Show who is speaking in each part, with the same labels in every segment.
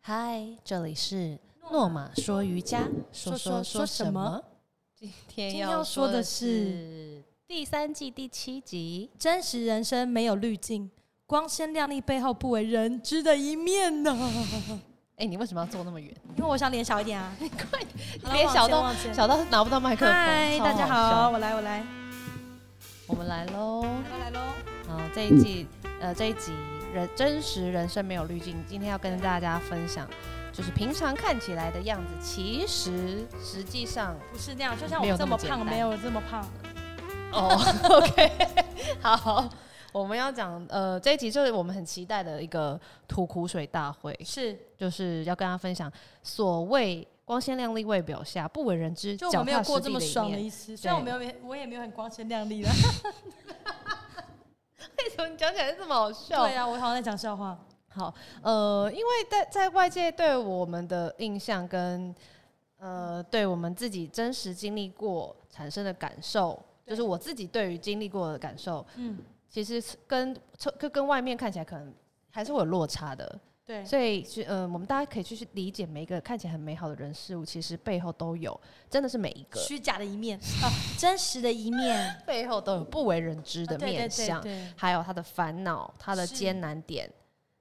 Speaker 1: 嗨，这里是诺玛说瑜伽，说说说什么？
Speaker 2: 今天
Speaker 1: 今天
Speaker 2: 要
Speaker 1: 要说
Speaker 2: 说的
Speaker 1: 的
Speaker 2: 是
Speaker 1: 是第三季第七集，
Speaker 2: 真实人生没有滤镜，光鲜亮丽背后不为人知的一面呢。
Speaker 1: 哎、你为什么要坐那么远？
Speaker 2: 因为我想脸小一点 啊，
Speaker 1: 你脸小到
Speaker 2: 往前
Speaker 1: 小到拿不到麦克风。
Speaker 2: 嗨，
Speaker 1: 超
Speaker 2: 大家
Speaker 1: 笑
Speaker 2: 好，，我来，我来，
Speaker 1: 我们来喽。
Speaker 2: 我来喽。
Speaker 1: 好，这一季呃这一集人真实人生没有滤镜，今天要跟大家分享，就是平常看起来的样子，其实实际上
Speaker 2: 不是那样，就像
Speaker 1: 没有
Speaker 2: 我这么
Speaker 1: 那么
Speaker 2: 胖，
Speaker 1: 简单
Speaker 2: 没有这么胖。
Speaker 1: 哦 ，OK，好，我们要讲呃，这一集就是我们很期待的一个吐苦水大会，
Speaker 2: 是，
Speaker 1: 就是要跟大家分享所谓光鲜亮丽外表下不为人知，
Speaker 2: 就我
Speaker 1: 脚
Speaker 2: 没有
Speaker 1: 踏实
Speaker 2: 过这
Speaker 1: 地
Speaker 2: 么
Speaker 1: 的一
Speaker 2: 爽的
Speaker 1: 面。
Speaker 2: 意思，虽然我没
Speaker 1: 对
Speaker 2: 有，我也没有很光鲜亮 丽啦。
Speaker 1: 为什么 你讲起来这么好笑？
Speaker 2: 对啊，我好像在讲笑话。
Speaker 1: 好，呃，因为在在外界对我们的印象跟呃对我们自己真实经历过产生的感受，
Speaker 2: 对
Speaker 1: 就是我自己对于经历过的感受，
Speaker 2: 嗯，
Speaker 1: 其实是跟跟跟外面看起来可能还是会有落差的。
Speaker 2: 对，
Speaker 1: 所以是呃，我们大家可以去去理解每一个看起来很美好的人事物，其实背后都有，真的是每一个
Speaker 2: 虚假的一面 啊，真实的一面
Speaker 1: 背后都有不为人知的
Speaker 2: 啊对对
Speaker 1: 面
Speaker 2: 对
Speaker 1: 相，
Speaker 2: 对
Speaker 1: 还有他的烦恼、他的
Speaker 2: 是
Speaker 1: 艰难点，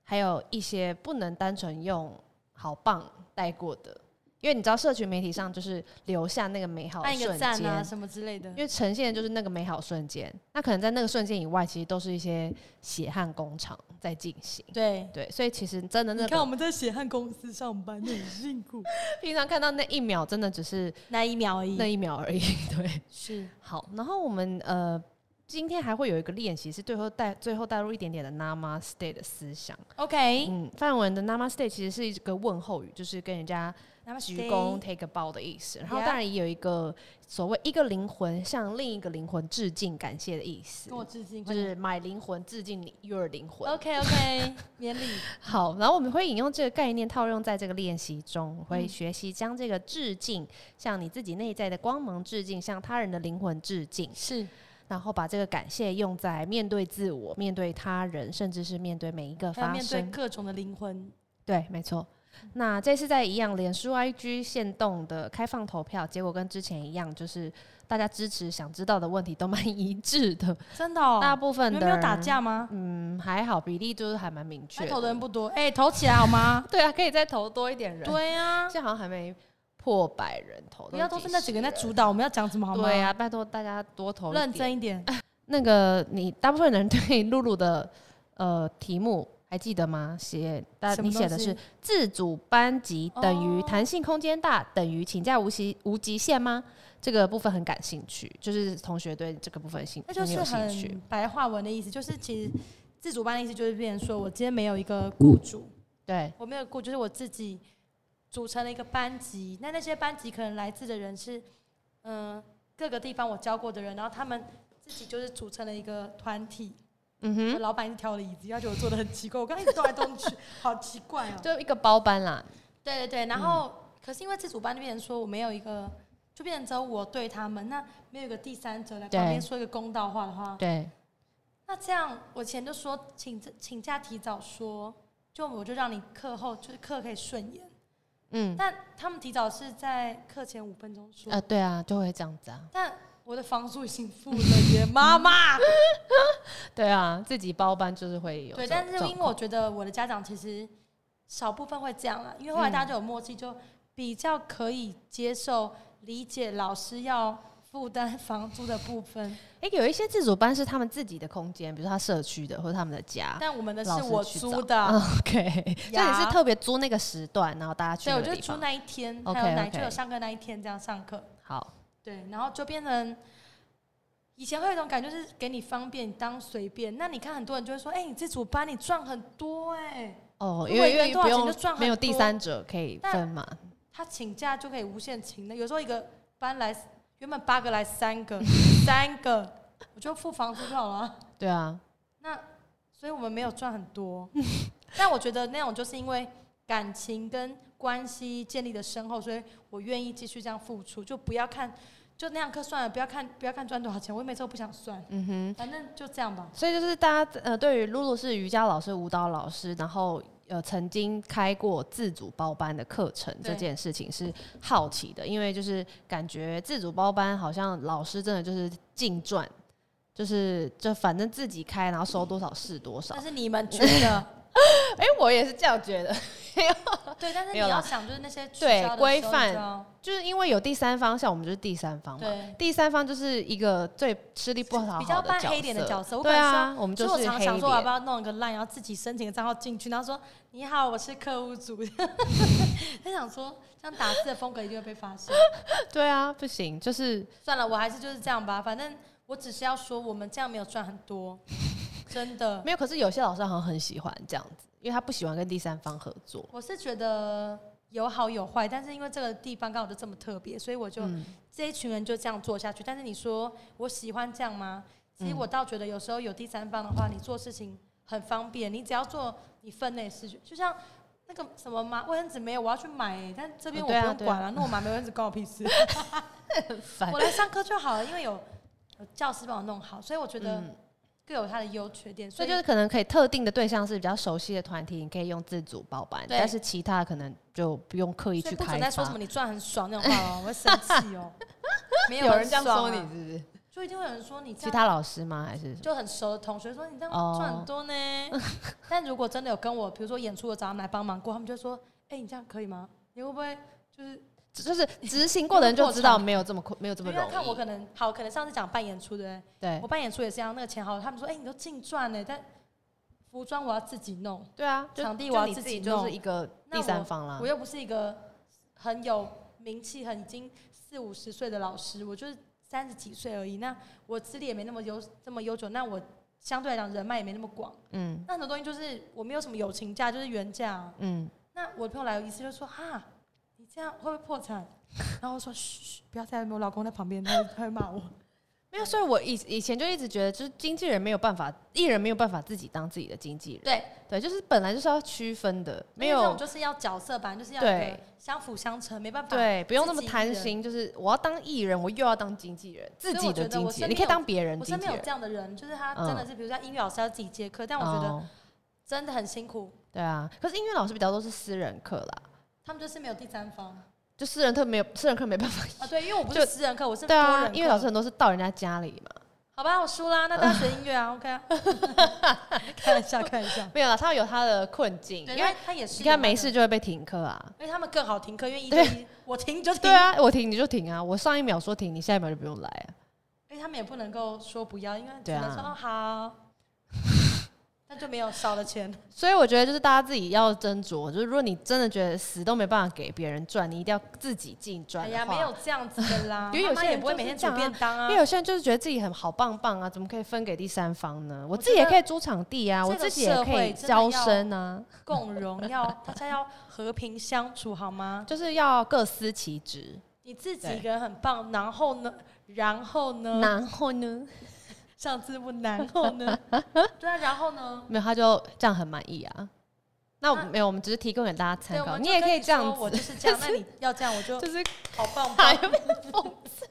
Speaker 1: 还有一些不能单纯用好棒带过的，因为你知道，社群媒体上就是留下那个美好的
Speaker 2: 按一个
Speaker 1: 瞬
Speaker 2: 赞
Speaker 1: 间。
Speaker 2: 啊什么之类的
Speaker 1: 因。为呈现的就是那个美好瞬间，那可能在那个瞬间以外，其实都是一些血汗工厂在进行。
Speaker 2: 对，
Speaker 1: 对，所以其实真的那
Speaker 2: 你看我
Speaker 1: 个
Speaker 2: 们在血汗公司上班，很辛苦，
Speaker 1: 平常看到那一秒，真的只是
Speaker 2: 那一秒而已
Speaker 1: 那。一秒而已。对，
Speaker 2: 是
Speaker 1: 好，然后我们呃，今天还会有一个练习，是最后带最后带入一点点的 Namaste 的思想。
Speaker 2: OK，
Speaker 1: 嗯，范文的 Namaste 其实是一个问候语，就是跟人家
Speaker 2: 那么
Speaker 1: 鞠躬、。take a bow 的意思。然后
Speaker 2: Yeah
Speaker 1: 当然也有一个所谓一个灵魂向另一个灵魂致敬、感谢的意思
Speaker 2: 跟，我致敬，
Speaker 1: 就
Speaker 2: 快点
Speaker 1: 是买灵魂致敬你 your 灵魂。
Speaker 2: OK OK，免礼。
Speaker 1: 好，然后我们会引用这个概念套用在这个练习中，会
Speaker 2: 嗯
Speaker 1: 学习将这个致敬向你自己内在的光芒致敬，向他人的灵魂致敬。
Speaker 2: 是
Speaker 1: 然后把这个感谢用在面对自我、面对他人，甚至是面对每一个
Speaker 2: 还有
Speaker 1: 发
Speaker 2: 面对
Speaker 1: 生。
Speaker 2: 各种的灵魂，
Speaker 1: 对，没错。那这次在一样脸书 IG 限动的开放投票结果跟之前一样，就是大家支持想知道的问题都蛮一致的，
Speaker 2: 真的、哦。
Speaker 1: 大部分
Speaker 2: 你
Speaker 1: 的
Speaker 2: 们没有打
Speaker 1: 人，
Speaker 2: 架吗？
Speaker 1: 嗯，还好比例就是还蛮明
Speaker 2: 那
Speaker 1: 确
Speaker 2: 投的
Speaker 1: 的。
Speaker 2: 人不多，哎、投起来好
Speaker 1: ？
Speaker 2: 吗
Speaker 1: 对啊，可以再投多一点人。，
Speaker 2: 对啊，
Speaker 1: 现在好像还没破百人投，
Speaker 2: 不要都
Speaker 1: 几
Speaker 2: 是那几个人在
Speaker 1: 十
Speaker 2: 主导，我们要讲什么好吗？
Speaker 1: 对啊，拜托大家多投一
Speaker 2: 认
Speaker 1: 点
Speaker 2: 真一点。
Speaker 1: 那个你大部分人对露露的呃题目还记得吗？写但
Speaker 2: 什么
Speaker 1: 你写的
Speaker 2: 东西
Speaker 1: 是自主班级等于
Speaker 2: 哦
Speaker 1: 弹性空间大等于请假无极无极限吗？这个部分很感兴趣，就是同学对这个部分兴
Speaker 2: 那就
Speaker 1: 很
Speaker 2: 是
Speaker 1: 有兴趣
Speaker 2: 很。白话文的意思，就是其实自主班的意思就是变成说我今天没有一个雇主，
Speaker 1: 对
Speaker 2: 我没有雇，就是我自己组成了一个班级。那那些班级可能来自的人是，嗯、各个地方我教过的人，然后他们自己就是组成了一个团体。就
Speaker 1: 嗯哼，
Speaker 2: 老板一直挑我的椅子，要求我坐的很奇怪，我刚刚一直动来动 去，好奇怪哦。
Speaker 1: 就一个包班啦。
Speaker 2: 对对对，然后、可是因为自主班就变成说我没有一个，就变成只有我对他们，那没有一个第三者来
Speaker 1: 对
Speaker 2: 旁边说一个公道话的话，
Speaker 1: 对，
Speaker 2: 那这样我以前就说请请假提早说，就我就让你课后就是课可以顺延，
Speaker 1: 嗯，
Speaker 2: 但他们提早是在课前五分钟说，
Speaker 1: 呃，对啊，就会这样子啊。
Speaker 2: 但我的房租已经付了耶，妈妈。
Speaker 1: 对啊，自己包班就是会有这
Speaker 2: 对，
Speaker 1: 种状况。
Speaker 2: 但是因为我觉得我的家长其实少部分会这样啦，因为
Speaker 1: 嗯
Speaker 2: 后来大家就有默契，就比较可以接受理解老师要负担 房租的部分。
Speaker 1: 哎、有一些自主班是他们自己的空间，比如说他社区的或者他们的家。
Speaker 2: 但我们的
Speaker 1: 啊老
Speaker 2: 是
Speaker 1: 师
Speaker 2: 我
Speaker 1: 去
Speaker 2: 租
Speaker 1: 啊
Speaker 2: 的，
Speaker 1: OK，所以你是特别租那个时段，然后大家去
Speaker 2: 对，
Speaker 1: 那
Speaker 2: 我
Speaker 1: 个
Speaker 2: 就
Speaker 1: 地
Speaker 2: 租
Speaker 1: 方。
Speaker 2: 那一天，
Speaker 1: OK，
Speaker 2: 还有那
Speaker 1: OK
Speaker 2: 就有上课那一天这样上课。
Speaker 1: 好，
Speaker 2: 对，然后就变成以前会有一种感觉，就是给你方便，你当随便。那你看很多人就会说，哎、你自主班你赚很多哎、
Speaker 1: 哦，
Speaker 2: 如
Speaker 1: 因
Speaker 2: 果
Speaker 1: 为
Speaker 2: 一
Speaker 1: 因
Speaker 2: 个人
Speaker 1: 为
Speaker 2: 多少
Speaker 1: 不
Speaker 2: 钱
Speaker 1: 用
Speaker 2: 就赚很
Speaker 1: 没有第
Speaker 2: 多
Speaker 1: 三者可以
Speaker 2: 但
Speaker 1: 分嘛，
Speaker 2: 他请假就可以无限请的。有时候一个班来原本八个来三 个，三个我就付房租就好了啊。
Speaker 1: 对啊，
Speaker 2: 那所以我们没有赚很多，但我觉得那种就是因为感情跟关系建立的深厚，所以我愿意继续这样付出，就不要看就那样课算了，不要看不要看赚多少钱，我每次都不想算，
Speaker 1: 嗯哼，
Speaker 2: 反正就这样吧。
Speaker 1: 所以就是大家呃，对于露露是瑜伽老师、舞蹈老师，然后呃曾经开过自主包班的课程
Speaker 2: 对
Speaker 1: 这件事情是好奇的，因为就是感觉自主包班好像老师真的就是净赚，就是就反正自己开，然后收多少是多少
Speaker 2: 但。是你们觉 得
Speaker 1: 哎、我也是这样觉得，
Speaker 2: 对，但是
Speaker 1: 没
Speaker 2: 你
Speaker 1: 有啦
Speaker 2: 要想就是那些取
Speaker 1: 对
Speaker 2: 消的
Speaker 1: 规
Speaker 2: 时候
Speaker 1: 范
Speaker 2: 你知道
Speaker 1: 就是因为有第三方，像我们就是第三方嘛。
Speaker 2: 对。
Speaker 1: 第三方就是一个最吃力不讨好
Speaker 2: 比较扮
Speaker 1: 角
Speaker 2: 黑脸的角色我
Speaker 1: 对
Speaker 2: 本
Speaker 1: 啊，我们就
Speaker 2: 所以我
Speaker 1: 是
Speaker 2: 常
Speaker 1: 黑
Speaker 2: 想
Speaker 1: 脸。
Speaker 2: 说，我啊要不要弄一个 line，然后自己申请个账号进去，然后说你好，我是客户组。 他想说，这样打字的风格一定会被发现。
Speaker 1: 对啊，不行，就是
Speaker 2: 算了，我还是就是这样吧，反正我只是要说，我们这样没有赚很多，真的。
Speaker 1: 没有。可是有些老师好像很喜欢这样子，因为他不喜欢跟第三方合作。
Speaker 2: 我是觉得有好有坏，但是因为这个地方刚好就这么特别，所以我就、
Speaker 1: 嗯
Speaker 2: 这一群人就这样做下去。但是你说我喜欢这样吗？其
Speaker 1: 嗯
Speaker 2: 实我倒觉得有时候有第三方的话，你做事情很方便，你只要做你分内事情，就像。那个什么麻卫生纸没有，我要去买、欸，但这边
Speaker 1: 哦
Speaker 2: 我不
Speaker 1: 对啊
Speaker 2: 用
Speaker 1: 对啊
Speaker 2: 管了、那我买没卫生纸关我屁 事，
Speaker 1: 很烦
Speaker 2: 我来上课就好了，因为有有教师帮我弄好，所以我觉得
Speaker 1: 嗯
Speaker 2: 各有它的优缺点，
Speaker 1: 所
Speaker 2: 所
Speaker 1: 以
Speaker 2: 以
Speaker 1: 就是可能可以特定的对象是比较熟悉的团体，你可以用自主包班，
Speaker 2: 对
Speaker 1: 但是其他可能就不用刻意
Speaker 2: 所
Speaker 1: 去
Speaker 2: 以不
Speaker 1: 开
Speaker 2: 准再说什
Speaker 1: 发
Speaker 2: 么。你赚很爽那种话哦，我会生气 哦。没
Speaker 1: 有人这样
Speaker 2: 很爽
Speaker 1: 说
Speaker 2: 啊
Speaker 1: 你是，不是？
Speaker 2: 就一定会有人说你这
Speaker 1: 其
Speaker 2: 样
Speaker 1: 他老师吗？还是什么？
Speaker 2: 就很熟的同学说你这
Speaker 1: 哦
Speaker 2: 样赚很 多呢。但如果真的有跟我，比如说演出我找他们来帮忙过，他们就说：“哎，你这样可以吗？你会不会就是
Speaker 1: 就是执行过的人就知道没有这么没有这
Speaker 2: 因
Speaker 1: 么
Speaker 2: 为
Speaker 1: 容
Speaker 2: 他看我
Speaker 1: 易。
Speaker 2: 可能好，可能上次讲办演出对不对？
Speaker 1: 对
Speaker 2: 我办演出也是一样，那个钱好，他们说：哎，你都净赚呢，但服装我要自己弄，
Speaker 1: 对啊，就
Speaker 2: 场地
Speaker 1: 就
Speaker 2: 我要
Speaker 1: 你
Speaker 2: 自
Speaker 1: 己
Speaker 2: 己
Speaker 1: 就
Speaker 2: 弄
Speaker 1: 是一个
Speaker 2: 那
Speaker 1: 第三
Speaker 2: 我
Speaker 1: 方啦
Speaker 2: 我。又不是一个很有名气、很已经四五十岁的老师，我就是三十几岁而已。那我资历也没那么悠这么悠久，那我相对来讲人脉也没那么广。
Speaker 1: 嗯
Speaker 2: 那很多东西就是我没有什么友情价，就是原价啊、
Speaker 1: 嗯，
Speaker 2: 那我的朋友来一次就说：“哈，你这样会不会破 产？”然后我说：“嘘，嘘不要再我老公在旁边，他会他会 骂我。
Speaker 1: 没有。所以我以以前就一直觉得，就是经纪人没有办法，艺人没有办法自己当自己的经纪人。
Speaker 2: 对，
Speaker 1: 对，就是本来就是要区分的，没
Speaker 2: 因为这
Speaker 1: 有
Speaker 2: 种就是要角色版，就是要
Speaker 1: 对
Speaker 2: 一个相辅相成，没办法。
Speaker 1: 对，不用那么
Speaker 2: 自己一
Speaker 1: 贪
Speaker 2: 人
Speaker 1: 心。就是我要当艺人，我又要当经纪人，自
Speaker 2: 所以
Speaker 1: 己
Speaker 2: 我
Speaker 1: 的
Speaker 2: 觉得
Speaker 1: 经
Speaker 2: 我
Speaker 1: 纪
Speaker 2: 身
Speaker 1: 人，你
Speaker 2: 边
Speaker 1: 可以
Speaker 2: 有
Speaker 1: 当别人
Speaker 2: 我
Speaker 1: 经
Speaker 2: 身
Speaker 1: 纪
Speaker 2: 边
Speaker 1: 人
Speaker 2: 有这。样的人，就是他
Speaker 1: 嗯
Speaker 2: 真的是，比如像英语老师要自己接课，但我觉得
Speaker 1: 哦
Speaker 2: 真的很辛苦。
Speaker 1: 对啊，可是音乐老师比较多是私人课啦，
Speaker 2: 他们就是没有第三方
Speaker 1: 就私人课没有私人课没办法。
Speaker 2: 啊，对，因为我不
Speaker 1: 哎就是
Speaker 2: 私人课，我是多
Speaker 1: 对啊，
Speaker 2: 人
Speaker 1: 音乐老师
Speaker 2: 课
Speaker 1: 很多是到人家家里嘛。
Speaker 2: 好吧，我输啦，那大家学音乐 啊，OK 啊，开玩笑，开玩笑，
Speaker 1: 没有啦，他有他的困境，
Speaker 2: 对
Speaker 1: 因为
Speaker 2: 他他也是，
Speaker 1: 你看没事，就会被停课啊。
Speaker 2: 因为他们更好停课，因为一
Speaker 1: 对
Speaker 2: 对一我停就停，
Speaker 1: 对啊，我停你就停啊，我上一秒说停，你下一秒就不用来啊。
Speaker 2: 因哎为他们也不能够说不要，因为只
Speaker 1: 对啊
Speaker 2: 能说哦好， 那就没有少了 钱，
Speaker 1: 所以我觉得就是大家自己要斟酌，就是如果你真的觉得死都没办法给别人赚，你一定要自己净赚
Speaker 2: 哎
Speaker 1: 的
Speaker 2: 呀，
Speaker 1: 话
Speaker 2: 没有这样子的啦，
Speaker 1: 啊 因为有
Speaker 2: 妈
Speaker 1: 些
Speaker 2: 妈也
Speaker 1: 人
Speaker 2: 不会
Speaker 1: 就
Speaker 2: 每
Speaker 1: 是
Speaker 2: 天
Speaker 1: 这
Speaker 2: 煮
Speaker 1: 样啊
Speaker 2: 便当啊
Speaker 1: 因为，有些人就是觉得自己很好棒棒啊，怎么可以分给第三方呢？我
Speaker 2: 我
Speaker 1: 自己也
Speaker 2: 觉得
Speaker 1: 可以租场地啊，
Speaker 2: 这
Speaker 1: 我
Speaker 2: 个
Speaker 1: 自己也
Speaker 2: 社
Speaker 1: 可以
Speaker 2: 会真的
Speaker 1: 招
Speaker 2: 要
Speaker 1: 生啊，
Speaker 2: 共荣要大家要和平相处好吗？
Speaker 1: 就是要各司其职。
Speaker 2: 你自己
Speaker 1: 对
Speaker 2: 一个人很棒，然后呢？然后呢？
Speaker 1: 然后呢，
Speaker 2: 上字幕，然后呢？ 对啊，然后呢？
Speaker 1: 没有他就这样很满意啊。那我
Speaker 2: 那
Speaker 1: 没有，我们只是提供给大家
Speaker 2: 对，
Speaker 1: 参
Speaker 2: 我
Speaker 1: 考，
Speaker 2: 们
Speaker 1: 你
Speaker 2: 就
Speaker 1: 也
Speaker 2: 跟
Speaker 1: 可以
Speaker 2: 说
Speaker 1: 这样
Speaker 2: 我
Speaker 1: 子，
Speaker 2: 就是这样。 那你要这样，我就
Speaker 1: 就是
Speaker 2: 好棒
Speaker 1: 还
Speaker 2: 棒。
Speaker 1: 有讽刺，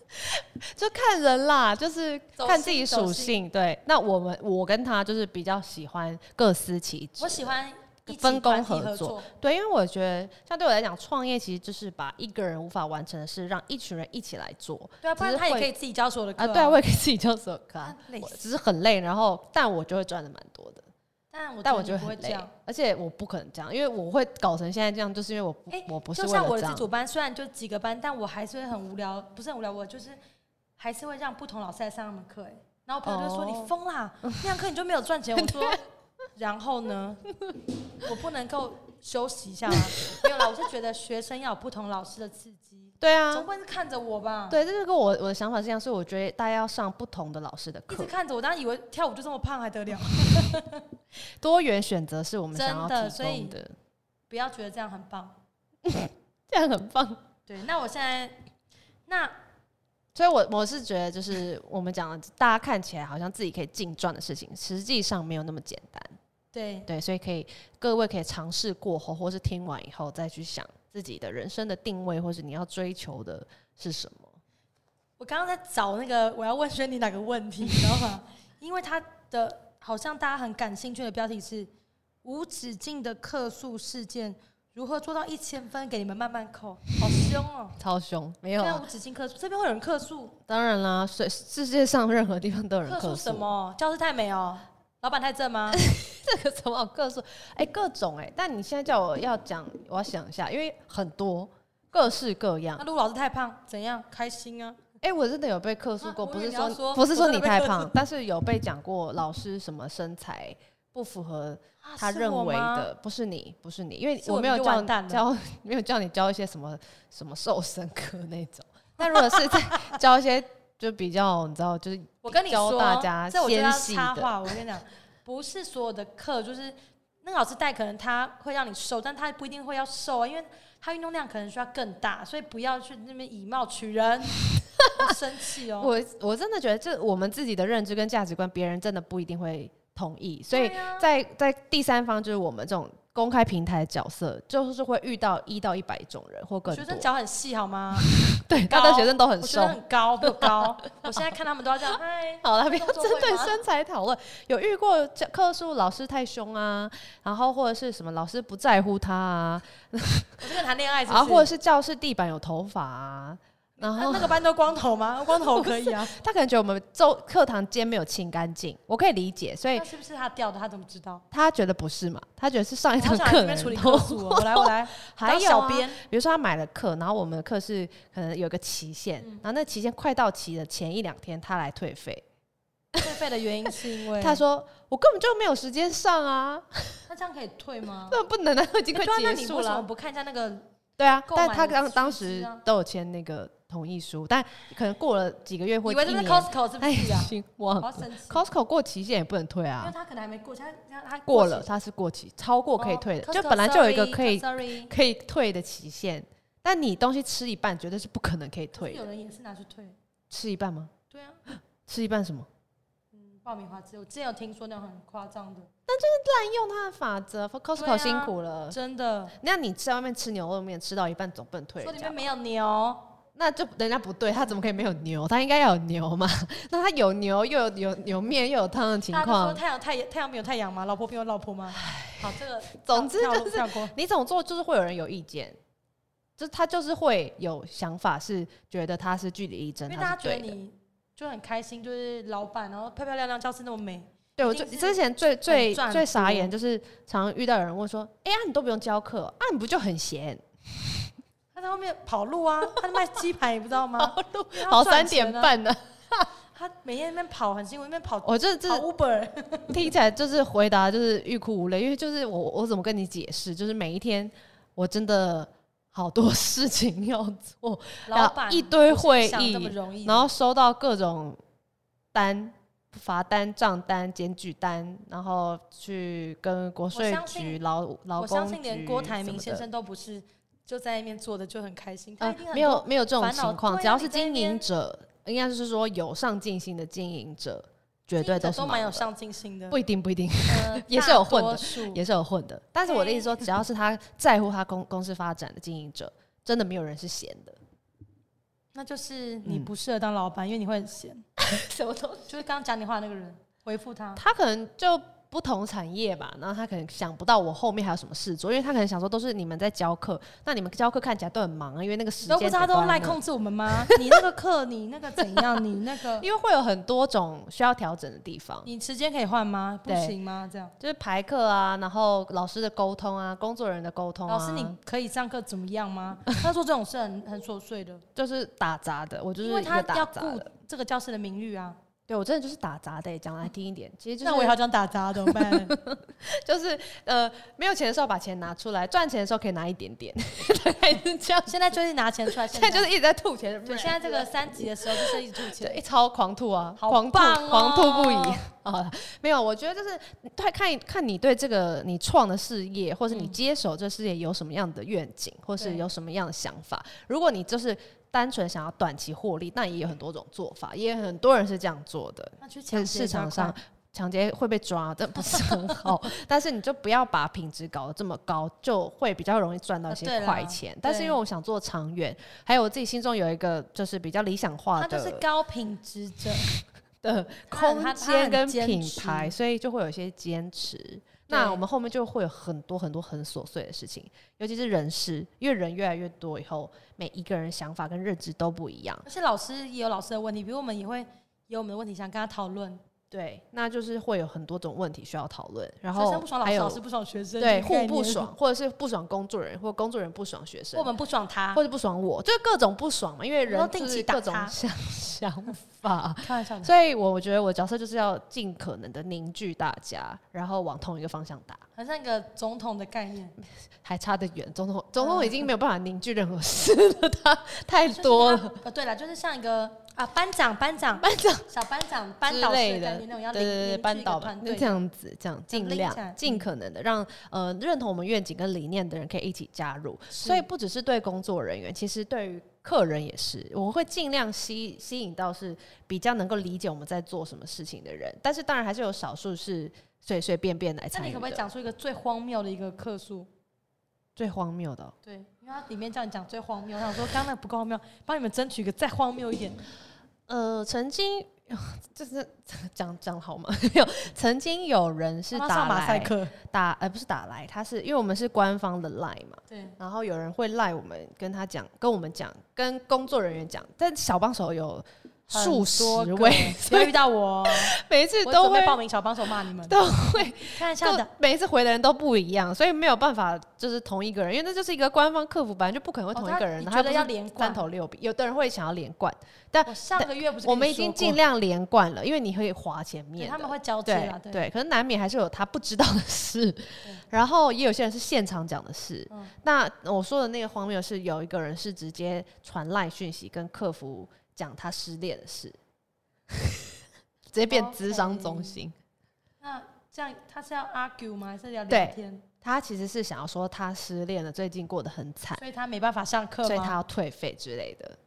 Speaker 1: 就看人啦，就是
Speaker 2: 走
Speaker 1: 看
Speaker 2: 心
Speaker 1: 自己
Speaker 2: 走
Speaker 1: 属
Speaker 2: 心
Speaker 1: 性。对，那我们我跟他就是比较喜欢各司其职。
Speaker 2: 我喜欢一起
Speaker 1: 分工
Speaker 2: 团体
Speaker 1: 合
Speaker 2: 合
Speaker 1: 作，对，因为我觉得，像对我来讲，创业其实就是把一个人无法完成的事，让一群人一起来做
Speaker 2: 对啊，不然
Speaker 1: 只是
Speaker 2: 他也
Speaker 1: 会
Speaker 2: 可以自己教所有的课
Speaker 1: 啊。对啊，我也可以自己教所有课啊
Speaker 2: 啊， 累
Speaker 1: 我
Speaker 2: 死
Speaker 1: 只是很累，然后但我就会赚的蛮多的，
Speaker 2: 但我
Speaker 1: 但我
Speaker 2: 觉
Speaker 1: 觉
Speaker 2: 得
Speaker 1: 得
Speaker 2: 你不会
Speaker 1: 很
Speaker 2: 这
Speaker 1: 累
Speaker 2: 样。，
Speaker 1: 而且我不可能这样，因为我会搞成现在这样，就是因为我不
Speaker 2: 哎
Speaker 1: 我不是
Speaker 2: 就
Speaker 1: 为
Speaker 2: 像
Speaker 1: 了
Speaker 2: 我
Speaker 1: 这
Speaker 2: 的
Speaker 1: 样
Speaker 2: 自，主班，虽然就几个班，但我还是会很无聊，不是很无聊，我就是还是会让不同老师来上他们课。哎，然后我朋友就说：“
Speaker 1: 哦
Speaker 2: 你疯啦，那样课你就没有赚钱。”我 说：“然后呢，我不能够休息一下吗？没有啦，我是觉得学生要有不同老师的刺激，
Speaker 1: 对
Speaker 2: 总
Speaker 1: 啊，
Speaker 2: 不能看着我吧？
Speaker 1: 对，这就跟我我的想法是一样，所以我觉得大家要上不同的老师的
Speaker 2: 一直，
Speaker 1: 课
Speaker 2: 看着我，当然以为跳舞就这么胖还得了？
Speaker 1: 多元选择是我们想要
Speaker 2: 真的
Speaker 1: 提
Speaker 2: 所以
Speaker 1: 供的，
Speaker 2: 不要觉得这样很棒。
Speaker 1: 这样很棒。
Speaker 2: 对，那我现在那
Speaker 1: 所以我，我是觉得，就是我们讲的，大家看起来好像自己可以净赚的事情，实际上没有那么简单。
Speaker 2: 对
Speaker 1: 对，所以可以各位可以尝试过后，或是听完以后再去想自己的人生的定位，或是你要追求的是什么。
Speaker 2: 我刚刚在找那个我要问轩你哪 个问题，你知道吗？因为他的好像大家很感兴趣的标题是“无止境的客诉事件，如何做到一千分？给你们慢慢扣，好凶哦！
Speaker 1: 超凶，没有
Speaker 2: 现在
Speaker 1: 啊。
Speaker 2: 无止境客诉，这边会有人客诉，
Speaker 1: 当然啦，世世界上任何地方都有人
Speaker 2: 客诉
Speaker 1: 诉
Speaker 2: 什？么？教室太美哦，老板太正吗？
Speaker 1: 这个什么好客诉？哎、各种哎、但你现在叫我要讲，我要想一下，因为很多各式各样
Speaker 2: 那。陆老师太胖，怎样？开心啊！
Speaker 1: 哎、我真的有被客诉过，
Speaker 2: 啊我
Speaker 1: 不
Speaker 2: 以为
Speaker 1: 是
Speaker 2: 你要
Speaker 1: 说
Speaker 2: 说
Speaker 1: 不是说
Speaker 2: 我真
Speaker 1: 你
Speaker 2: 的被
Speaker 1: 太
Speaker 2: 客诉
Speaker 1: 胖，但是有被讲过老师什么身材不符合
Speaker 2: 啊
Speaker 1: 他
Speaker 2: 是
Speaker 1: 认
Speaker 2: 我
Speaker 1: 为
Speaker 2: 吗
Speaker 1: 的，不是你，不是你，因为
Speaker 2: 是
Speaker 1: 我
Speaker 2: 我
Speaker 1: 没
Speaker 2: 们
Speaker 1: 有
Speaker 2: 就
Speaker 1: 叫
Speaker 2: 完蛋了
Speaker 1: 教没有叫你教一些什么什么瘦身课那种。那如果 是在教一些就比较你知道就是
Speaker 2: 我跟你
Speaker 1: 教
Speaker 2: 说，
Speaker 1: 大家
Speaker 2: 这我就
Speaker 1: 纤
Speaker 2: 要
Speaker 1: 细
Speaker 2: 插
Speaker 1: 的
Speaker 2: 话。我跟你讲，不是所有的课就是那个老师带，可能他会让你瘦，但他不一定会要瘦啊，因为他运动量可能需要更大，所以不要去那边以貌取人，我生气哦。
Speaker 1: 我我真的觉得这我们自己的认知跟价值观，别人真的不一定会同意，所以
Speaker 2: 对啊
Speaker 1: 在在第三方就是我们这种公开平台的角色，就是会遇到一到一百种人或更
Speaker 2: 学生
Speaker 1: 多。
Speaker 2: 脚很细好吗？
Speaker 1: 对，
Speaker 2: 高
Speaker 1: 大家学生都很
Speaker 2: 我学
Speaker 1: 瘦
Speaker 2: 生。很高不高？我现在看他们都要这样，嗨，
Speaker 1: 好了，不
Speaker 2: 这
Speaker 1: 要
Speaker 2: 动作
Speaker 1: 针
Speaker 2: 会
Speaker 1: 对
Speaker 2: 吗
Speaker 1: 身材讨论。有遇过教课数老师太凶啊，然后或者是什么老师不在乎他啊，
Speaker 2: 我是跟你谈恋爱是不
Speaker 1: 然
Speaker 2: 是，
Speaker 1: 后啊或者是教室地板有头发啊，然
Speaker 2: 那
Speaker 1: 后哎
Speaker 2: 那个班都光头吗？光头可 以啊，
Speaker 1: 他可能觉得我们周课堂间没有清干净，我可以理解，所以
Speaker 2: 那是不是他掉的？他怎么知道？
Speaker 1: 他觉得不是嘛？他觉得是上一
Speaker 2: 我好
Speaker 1: 堂
Speaker 2: 想来
Speaker 1: 课
Speaker 2: 这
Speaker 1: 的
Speaker 2: 边处
Speaker 1: 人
Speaker 2: 理
Speaker 1: 偷
Speaker 2: 客诉哦，我来我来，
Speaker 1: 还
Speaker 2: 当
Speaker 1: 有
Speaker 2: 小
Speaker 1: 啊
Speaker 2: 编，
Speaker 1: 比如说他买了课，然后我们的课是可能有个期限，
Speaker 2: 嗯
Speaker 1: 然后那期限快到期的前一两天，他来退费。
Speaker 2: 退费的原因是因 为
Speaker 1: 他说：“我根本就没有时间上啊，
Speaker 2: 那这样可以退 吗？
Speaker 1: 那不能啊，都已经
Speaker 2: 欸
Speaker 1: 快
Speaker 2: 对啊，那
Speaker 1: 结
Speaker 2: 你
Speaker 1: 束
Speaker 2: 为什么
Speaker 1: 了。
Speaker 2: 不看一下那个？”
Speaker 1: 对啊，
Speaker 2: 购买
Speaker 1: 但他
Speaker 2: 的
Speaker 1: 当
Speaker 2: 须
Speaker 1: 当
Speaker 2: 知
Speaker 1: 时
Speaker 2: 啊
Speaker 1: 都有签那个同意书，但可能过了几个月
Speaker 2: 以
Speaker 1: 或一
Speaker 2: 为这是
Speaker 1: 年，
Speaker 2: Costco 是不
Speaker 1: 他已
Speaker 2: 是啊？
Speaker 1: 经忘
Speaker 2: 好
Speaker 1: 了。
Speaker 2: 神奇，
Speaker 1: Costco 过期限也不能退
Speaker 2: 因为
Speaker 1: 啊，
Speaker 2: 他可能还没过期，哦他他他
Speaker 1: 过了它是过期，超过可以退的，就本来就有一个可以
Speaker 2: sorry，
Speaker 1: 可以退的期限，但你东西吃一半绝对是不可能可以退
Speaker 2: 有
Speaker 1: 的。
Speaker 2: 人也是拿去退。
Speaker 1: 吃一半吗？
Speaker 2: 对啊，
Speaker 1: 吃一半什么？
Speaker 2: 嗯，爆米花汁，我之前有听说那种很夸张的，
Speaker 1: 滥用它的法则
Speaker 2: 对
Speaker 1: ，Costco
Speaker 2: 啊
Speaker 1: 辛苦了。
Speaker 2: 真的，
Speaker 1: 那你在外面吃牛肉面吃到一半，总不能退
Speaker 2: 说
Speaker 1: 人
Speaker 2: 里
Speaker 1: 家
Speaker 2: 面
Speaker 1: 吧。
Speaker 2: 没有牛，
Speaker 1: 那就人家不对，他怎么可以没有牛？他应该要有牛嘛？ 那他有牛又有有有面又有汤的情
Speaker 2: 大家都说
Speaker 1: 况，
Speaker 2: 太阳太阳太阳没有太阳吗？老婆没有老婆吗？好，这个
Speaker 1: 总之
Speaker 2: 跳跳
Speaker 1: 就是
Speaker 2: 跳过。
Speaker 1: 你怎么做就是会有人有意见，就他就是会有想法，是觉得他是据理力争，
Speaker 2: 因为
Speaker 1: 他
Speaker 2: 大家
Speaker 1: 是
Speaker 2: 觉得
Speaker 1: 对的。
Speaker 2: 你就很开心，就是老板，然后漂漂亮亮，教室那么美，
Speaker 1: 对我
Speaker 2: 一
Speaker 1: 最
Speaker 2: 定是
Speaker 1: 之前最最
Speaker 2: 赚
Speaker 1: 最傻
Speaker 2: 多
Speaker 1: 眼就是，常遇到有人问说：“哎、呀、你都不用教课啊，你不就很闲？
Speaker 2: 他在后面跑路 啊，他在卖鸡排，你不知道吗？因为他
Speaker 1: 好
Speaker 2: 赚
Speaker 1: 三点
Speaker 2: 钱啊，
Speaker 1: 半呢、
Speaker 2: 他每天在那边跑，很辛苦，那边跑跑
Speaker 1: 我这这
Speaker 2: Uber，
Speaker 1: 听起来就是回答就是欲哭无泪，因为就是我我怎么跟你解释，就是每一天我真的好多事情要做，然
Speaker 2: 老
Speaker 1: 后
Speaker 2: 板
Speaker 1: 一堆
Speaker 2: 不是
Speaker 1: 会
Speaker 2: 想那么
Speaker 1: 议
Speaker 2: 容易的，
Speaker 1: 然后收到各种单、罚单、账单、检举单，然后去跟国税
Speaker 2: 相
Speaker 1: 局、
Speaker 2: 信
Speaker 1: 劳劳工
Speaker 2: 我相信连
Speaker 1: 局
Speaker 2: 郭台铭
Speaker 1: 什么
Speaker 2: 先
Speaker 1: 的。
Speaker 2: 生都不是就在那边做的就很开心，他
Speaker 1: 呃
Speaker 2: 一定很，
Speaker 1: 没有没有这种
Speaker 2: 烦恼
Speaker 1: 情况，
Speaker 2: 对啊
Speaker 1: 只要是
Speaker 2: 你在那
Speaker 1: 经营
Speaker 2: 边
Speaker 1: 者，应该就是说有上进心的经营者，绝
Speaker 2: 多
Speaker 1: 对都是
Speaker 2: 都蛮
Speaker 1: 忙
Speaker 2: 有
Speaker 1: 的
Speaker 2: 上嗯进心的，
Speaker 1: 不一定不一定，
Speaker 2: 呃
Speaker 1: 也是有混的
Speaker 2: 大多数
Speaker 1: 也是有混的。但是我的意思说，
Speaker 2: 嗯
Speaker 1: 只要是他在乎他公公司发展的经营者，真的没有人是闲的。
Speaker 2: 那就是你
Speaker 1: 嗯
Speaker 2: 不适合当老板，因为你会很 闲。
Speaker 1: 什么都，
Speaker 2: 就是刚刚讲你话那个人回复他，
Speaker 1: 他可能就不同产业吧，然后他可能想不到我后面还有什么事做，因为他可能想说都是你们在教课，那你们教课看起来都很忙啊，因为那个时
Speaker 2: 你
Speaker 1: 间
Speaker 2: 都不知道他都赖
Speaker 1: 来，
Speaker 2: 控制我们吗？你那个课，你那个怎样？你那 个，
Speaker 1: 因为会有很多种需要调整的地方。
Speaker 2: 你时间可以换吗？不
Speaker 1: 对
Speaker 2: 行吗？这样，
Speaker 1: 就是排课啊，然后老师的沟通啊，工作人员的沟通啊，
Speaker 2: 老师你可以上课怎么样 吗？他做这种事很很琐碎的，
Speaker 1: 就是打杂的，我就是
Speaker 2: 因为
Speaker 1: 一
Speaker 2: 他
Speaker 1: 个打
Speaker 2: 要
Speaker 1: 杂
Speaker 2: 顾
Speaker 1: 的。
Speaker 2: 这个教室的名誉啊。
Speaker 1: 对我真的就是打杂的、欸讲来听一点，其实就是
Speaker 2: 那我也好想打杂，怎么办？
Speaker 1: 就是呃，没有钱的时候把钱拿出来，赚钱的时候可以拿一点点， 大概是这样。
Speaker 2: 现在就是拿钱出来，
Speaker 1: 现
Speaker 2: 现
Speaker 1: 在
Speaker 2: 在
Speaker 1: 就是一直在吐钱，
Speaker 2: 对，现在这个三级的时候就是一直吐
Speaker 1: 对
Speaker 2: 钱，
Speaker 1: 一超狂吐啊，
Speaker 2: 好
Speaker 1: 狂吐、
Speaker 2: 棒哦
Speaker 1: 狂吐不已 啊！没有，我觉得就是对看看你对这个你创的事业，或是你
Speaker 2: 嗯
Speaker 1: 接手这事业有什么样的愿景，或是
Speaker 2: 对
Speaker 1: 有什么样的想法。如果你就是单纯想要短期获利，那也有很多种做法，也有很多人是这样做的。
Speaker 2: 那去抢
Speaker 1: 在
Speaker 2: 劫
Speaker 1: 市场
Speaker 2: 比较快
Speaker 1: 上抢劫会被抓，但不是很 好。但是你就不要把品质搞得这么高，就会比较容易赚到一
Speaker 2: 啊对
Speaker 1: 些
Speaker 2: 啦
Speaker 1: 快钱。但是因为我想做长远，还有我自己心中有一个就是比较理想化
Speaker 2: 他
Speaker 1: 的
Speaker 2: 就是高品质者，
Speaker 1: 的
Speaker 2: 他很
Speaker 1: 空
Speaker 2: 他他
Speaker 1: 间
Speaker 2: 很
Speaker 1: 跟
Speaker 2: 坚
Speaker 1: 品
Speaker 2: 持
Speaker 1: 牌，所以就会有一些坚持。那我们后面就会有很多很多很琐碎的事情，尤其是人事，因为人越来越多以后，每一个人想法跟认知都不一样。
Speaker 2: 而且老师也有老师的问题，比如我们也会有我们的问题想跟他讨论。
Speaker 1: 对，那就是会有很多种问题需要讨论，然
Speaker 2: 学生
Speaker 1: 后
Speaker 2: 不爽老
Speaker 1: 还
Speaker 2: 师，
Speaker 1: 有
Speaker 2: 老师不爽学生，
Speaker 1: 对
Speaker 2: 这个概
Speaker 1: 互
Speaker 2: 念
Speaker 1: 不，爽，或者是不爽工作人员，或工作人员不爽学生
Speaker 2: 我，们不爽他
Speaker 1: 或。者不爽我，就是各种不爽嘛，因为
Speaker 2: 我
Speaker 1: 人
Speaker 2: 们都定
Speaker 1: 就是
Speaker 2: 期打
Speaker 1: 各种
Speaker 2: 他
Speaker 1: 想想法，
Speaker 2: 开玩笑的，
Speaker 1: 所以我我觉得我角色就是要尽可能的凝聚大家，然后往同一个方向打。
Speaker 2: 好像一个总统的概念，
Speaker 1: 还差得远，总统总
Speaker 2: 嗯
Speaker 1: 统已经没有办法凝聚任何事了，他太多
Speaker 2: 就
Speaker 1: 了。
Speaker 2: 是他。呃，对了，就是像一个啊班长、班长、
Speaker 1: 班长
Speaker 2: 小班长、班导
Speaker 1: 之
Speaker 2: 师
Speaker 1: 类
Speaker 2: 概
Speaker 1: 的
Speaker 2: 念那种， 要
Speaker 1: 对对对，
Speaker 2: 领
Speaker 1: 扳倒吧
Speaker 2: 团，
Speaker 1: 那
Speaker 2: 队
Speaker 1: 这。样子，这样尽
Speaker 2: 拎起来嗯
Speaker 1: 量尽可能的让呃认同我们愿景跟理念的人可以一起加入。所以
Speaker 2: 是
Speaker 1: 不只是对工作人员，其实对于客人也是，我会尽量吸吸引到是比较能够理解我们在做什么事情的人。但是当然还是有少数是随随便便来
Speaker 2: 那
Speaker 1: 参
Speaker 2: 你
Speaker 1: 与
Speaker 2: 可不可以
Speaker 1: 的。
Speaker 2: 讲出一个最荒谬的一个客诉？
Speaker 1: 最荒谬的哦、
Speaker 2: 对，因为它里面叫你讲最荒谬，我想说刚才不够荒谬，帮你们争取一个再荒谬一点。
Speaker 1: 呃，曾经 就是讲讲好吗？ 没有，曾经有人是
Speaker 2: 帮他
Speaker 1: 打
Speaker 2: 上马赛
Speaker 1: 来
Speaker 2: 克，
Speaker 1: 打，呃，不是打来，他是因为我们是官方的 line 嘛，
Speaker 2: 对，
Speaker 1: 然后有人会赖我们，跟他讲，跟我们讲，跟工作人员讲，但小帮手有数十位，
Speaker 2: 不要遇到我哦，
Speaker 1: 每一次
Speaker 2: 我
Speaker 1: 都
Speaker 2: 准
Speaker 1: 会
Speaker 2: 备报名小帮手骂你们，
Speaker 1: 都会
Speaker 2: 开玩笑
Speaker 1: 就
Speaker 2: 的。
Speaker 1: 每一次回的人都不一样，所以没有办法就是同一个人，因为那就是一个官方客服，本来就不可能会
Speaker 2: 哦
Speaker 1: 同
Speaker 2: 他
Speaker 1: 一个人，
Speaker 2: 你
Speaker 1: 他
Speaker 2: 觉得
Speaker 1: 不
Speaker 2: 要
Speaker 1: 是
Speaker 2: 连
Speaker 1: 三
Speaker 2: 贯？
Speaker 1: 头六臂，有的人会想要连贯，
Speaker 2: 我上个月不是跟
Speaker 1: 我们
Speaker 2: 你
Speaker 1: 已经
Speaker 2: 说
Speaker 1: 尽
Speaker 2: 过
Speaker 1: 量连贯了，因为你可以滑前
Speaker 2: 对
Speaker 1: 面
Speaker 2: 他
Speaker 1: 的，
Speaker 2: 们会交接
Speaker 1: 对
Speaker 2: 啦，哦啊对，
Speaker 1: 对，可是难免还是有他不知道的事， 然后也有些人是现场讲的事。
Speaker 2: 嗯
Speaker 1: 那我说的那个荒谬是，有一个人是直接传赖讯息跟客服讲他失恋的事， 直接变咨商中
Speaker 2: OK
Speaker 1: 心。
Speaker 2: 那这样他是要 argue 吗？还是要聊
Speaker 1: 对
Speaker 2: 天？
Speaker 1: 他其实是想要说他失恋了，最近过得很惨，
Speaker 2: 所以他没办法上课吗？
Speaker 1: 所以他要退费之类的。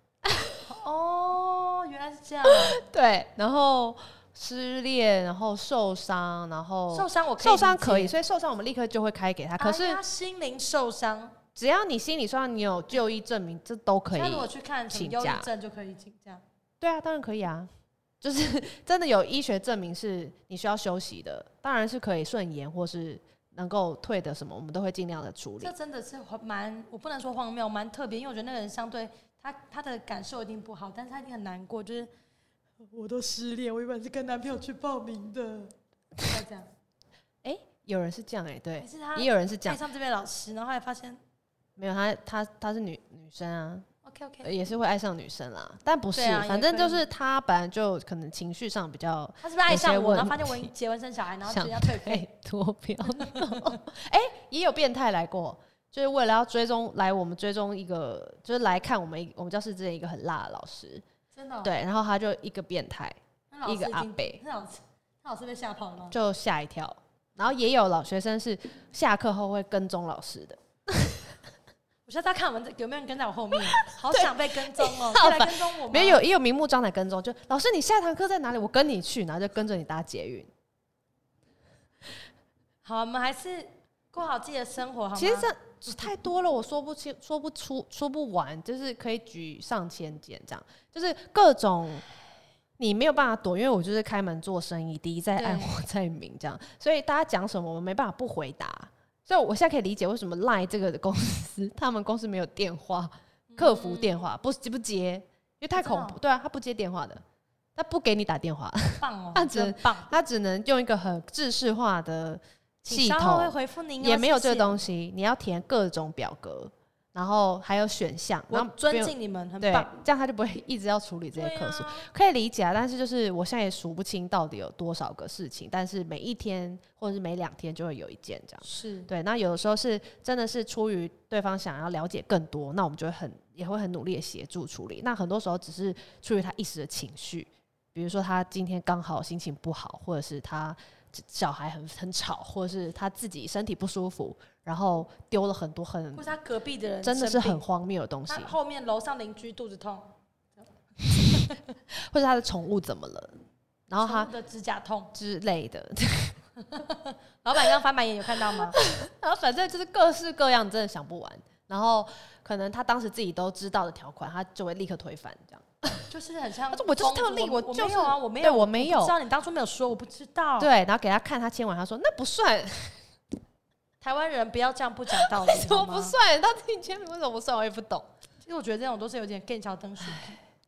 Speaker 2: 哦，原来是这样。
Speaker 1: 对，然后失恋，然后受伤，然后
Speaker 2: 受伤我可以
Speaker 1: 哦受伤可以，
Speaker 2: 理解，
Speaker 1: 所以受伤我们立刻就会开给他。可
Speaker 2: 哎
Speaker 1: 是
Speaker 2: 呀心灵受伤，
Speaker 1: 只要你心理上你有就医证明，这都可以
Speaker 2: 他。如果去看什么
Speaker 1: 请
Speaker 2: 忧
Speaker 1: 假
Speaker 2: 郁症就可以请假。
Speaker 1: 对啊，当然可以啊，就是 真的有医学证明是你需要休息的，当然是可以顺延或是能够退的什么，我们都会尽量的处理
Speaker 2: 这。真的是很蛮，我不能说荒谬，蛮特别，因为我觉得那个人相对他他的感受一定不好，但是他一定很难过，就是我都失恋，我原本是跟男朋友去报名的，要这样，
Speaker 1: 有人是这样哎、 对
Speaker 2: 可，是他
Speaker 1: 也有人是这
Speaker 2: 爱
Speaker 1: 样，
Speaker 2: 上这边老师，然后后来发现
Speaker 1: 没有他他他是女女生啊，
Speaker 2: OK OK，
Speaker 1: 也是会爱上女生啦，但不是，
Speaker 2: 对啊
Speaker 1: 反
Speaker 2: 也
Speaker 1: 正
Speaker 2: 会
Speaker 1: 就是他本来就可能情绪上比较
Speaker 2: 他是不是爱上
Speaker 1: 有些
Speaker 2: 我，
Speaker 1: 问题
Speaker 2: 然后发现我已经结婚生小孩，然后
Speaker 1: 想
Speaker 2: 人家退
Speaker 1: 太
Speaker 2: 费，
Speaker 1: 多标。 哎、也有变态来过，就是为了要追踪来我们追踪一个，就是来看我们一我们教室之前一个很辣的老师，
Speaker 2: 真的哦、
Speaker 1: 对，然后他就一个变态，
Speaker 2: 那老师
Speaker 1: 一个
Speaker 2: 已
Speaker 1: 阿
Speaker 2: 经
Speaker 1: 伯
Speaker 2: 那老师那老师被吓跑了吗？
Speaker 1: 就吓一跳。然后也有老学生是下课后会跟踪老师的，
Speaker 2: 我下次要看我们有没有人跟在我后面， 好
Speaker 1: 对
Speaker 2: 想被跟踪哦，
Speaker 1: 好
Speaker 2: 可以来
Speaker 1: 烦
Speaker 2: 跟踪我吗？
Speaker 1: 没有也有明目张胆跟踪，就老师你下堂课在哪里，我跟你去，然后就跟着你搭捷运。
Speaker 2: 好，我们还是过好自己的生活好吗？
Speaker 1: 其实这太多了，我说不清、说不出、说不完，就是可以举上千件这样，就是各种你没有办法躲，因为我就是开门做生意，敌在暗，
Speaker 2: 对
Speaker 1: 我在明这样，所以大家讲什么，我们没办法不回答。所以我现在可以理解为什么 Line 这个公司，他们公司没有电话，
Speaker 2: 嗯
Speaker 1: 客服电话不不接，因为太恐
Speaker 2: 真的
Speaker 1: 怖。对啊，他不接电话的，他不给你打电 话，
Speaker 2: 棒哦，
Speaker 1: 那只能
Speaker 2: 真棒。
Speaker 1: 他只能用一个很制式化的
Speaker 2: 请
Speaker 1: 系
Speaker 2: 稍后
Speaker 1: 统
Speaker 2: 会回复您哦，
Speaker 1: 也没有这
Speaker 2: 谢
Speaker 1: 个
Speaker 2: 谢
Speaker 1: 东西，你要填各种表格，然后还有选项，然
Speaker 2: 我
Speaker 1: 后不
Speaker 2: 尊
Speaker 1: 用
Speaker 2: 敬你们，很
Speaker 1: 对
Speaker 2: 棒。，
Speaker 1: 这样他就不会一直要处理这些
Speaker 2: 对
Speaker 1: 客
Speaker 2: 啊
Speaker 1: 诉，可以理解啊。但是就是我现在也数不清到底有多少个事情，但是每一天或者是每两天就会有一件这样。
Speaker 2: 是
Speaker 1: 对，那有的时候是真的是出于对方想要了解更多，那我们就会很也会很努力的协助处理。那很多时候只是出于他一时的情绪，比如说他今天刚好心情不好，或者是他小孩很很吵，或者是他自己身体不舒服，然后丢了很多很
Speaker 2: 或是他隔壁的人
Speaker 1: 真的是
Speaker 2: 生病
Speaker 1: 很荒谬的东西
Speaker 2: 他，后面楼上邻居肚子痛，
Speaker 1: 或者他的宠物怎么了，然后
Speaker 2: 宠
Speaker 1: 他
Speaker 2: 物的指甲痛，
Speaker 1: 之类的，
Speaker 2: 老板刚翻白眼有看到吗？
Speaker 1: 然后反正就是各式各样，真的想不完。然后可能他当时自己都知道的条款，他就会立刻推翻这样。
Speaker 2: 就是很像
Speaker 1: 他
Speaker 2: 公
Speaker 1: 说
Speaker 2: 主，
Speaker 1: 我就是特例
Speaker 2: 我
Speaker 1: 我
Speaker 2: 我
Speaker 1: 就
Speaker 2: 没
Speaker 1: 是
Speaker 2: 有啊，我没
Speaker 1: 对
Speaker 2: 有，
Speaker 1: 我没
Speaker 2: 不
Speaker 1: 有
Speaker 2: 知，道你当初没有说，我不知道。
Speaker 1: 对，然后给他看他签完，他说那不算，
Speaker 2: 台湾人不要这样不讲道理，
Speaker 1: 为什么
Speaker 2: 好
Speaker 1: 不
Speaker 2: 吗？
Speaker 1: 算？到底签名为什么不算？我也不懂。
Speaker 2: 其实我觉得这种都是有点更桥灯水。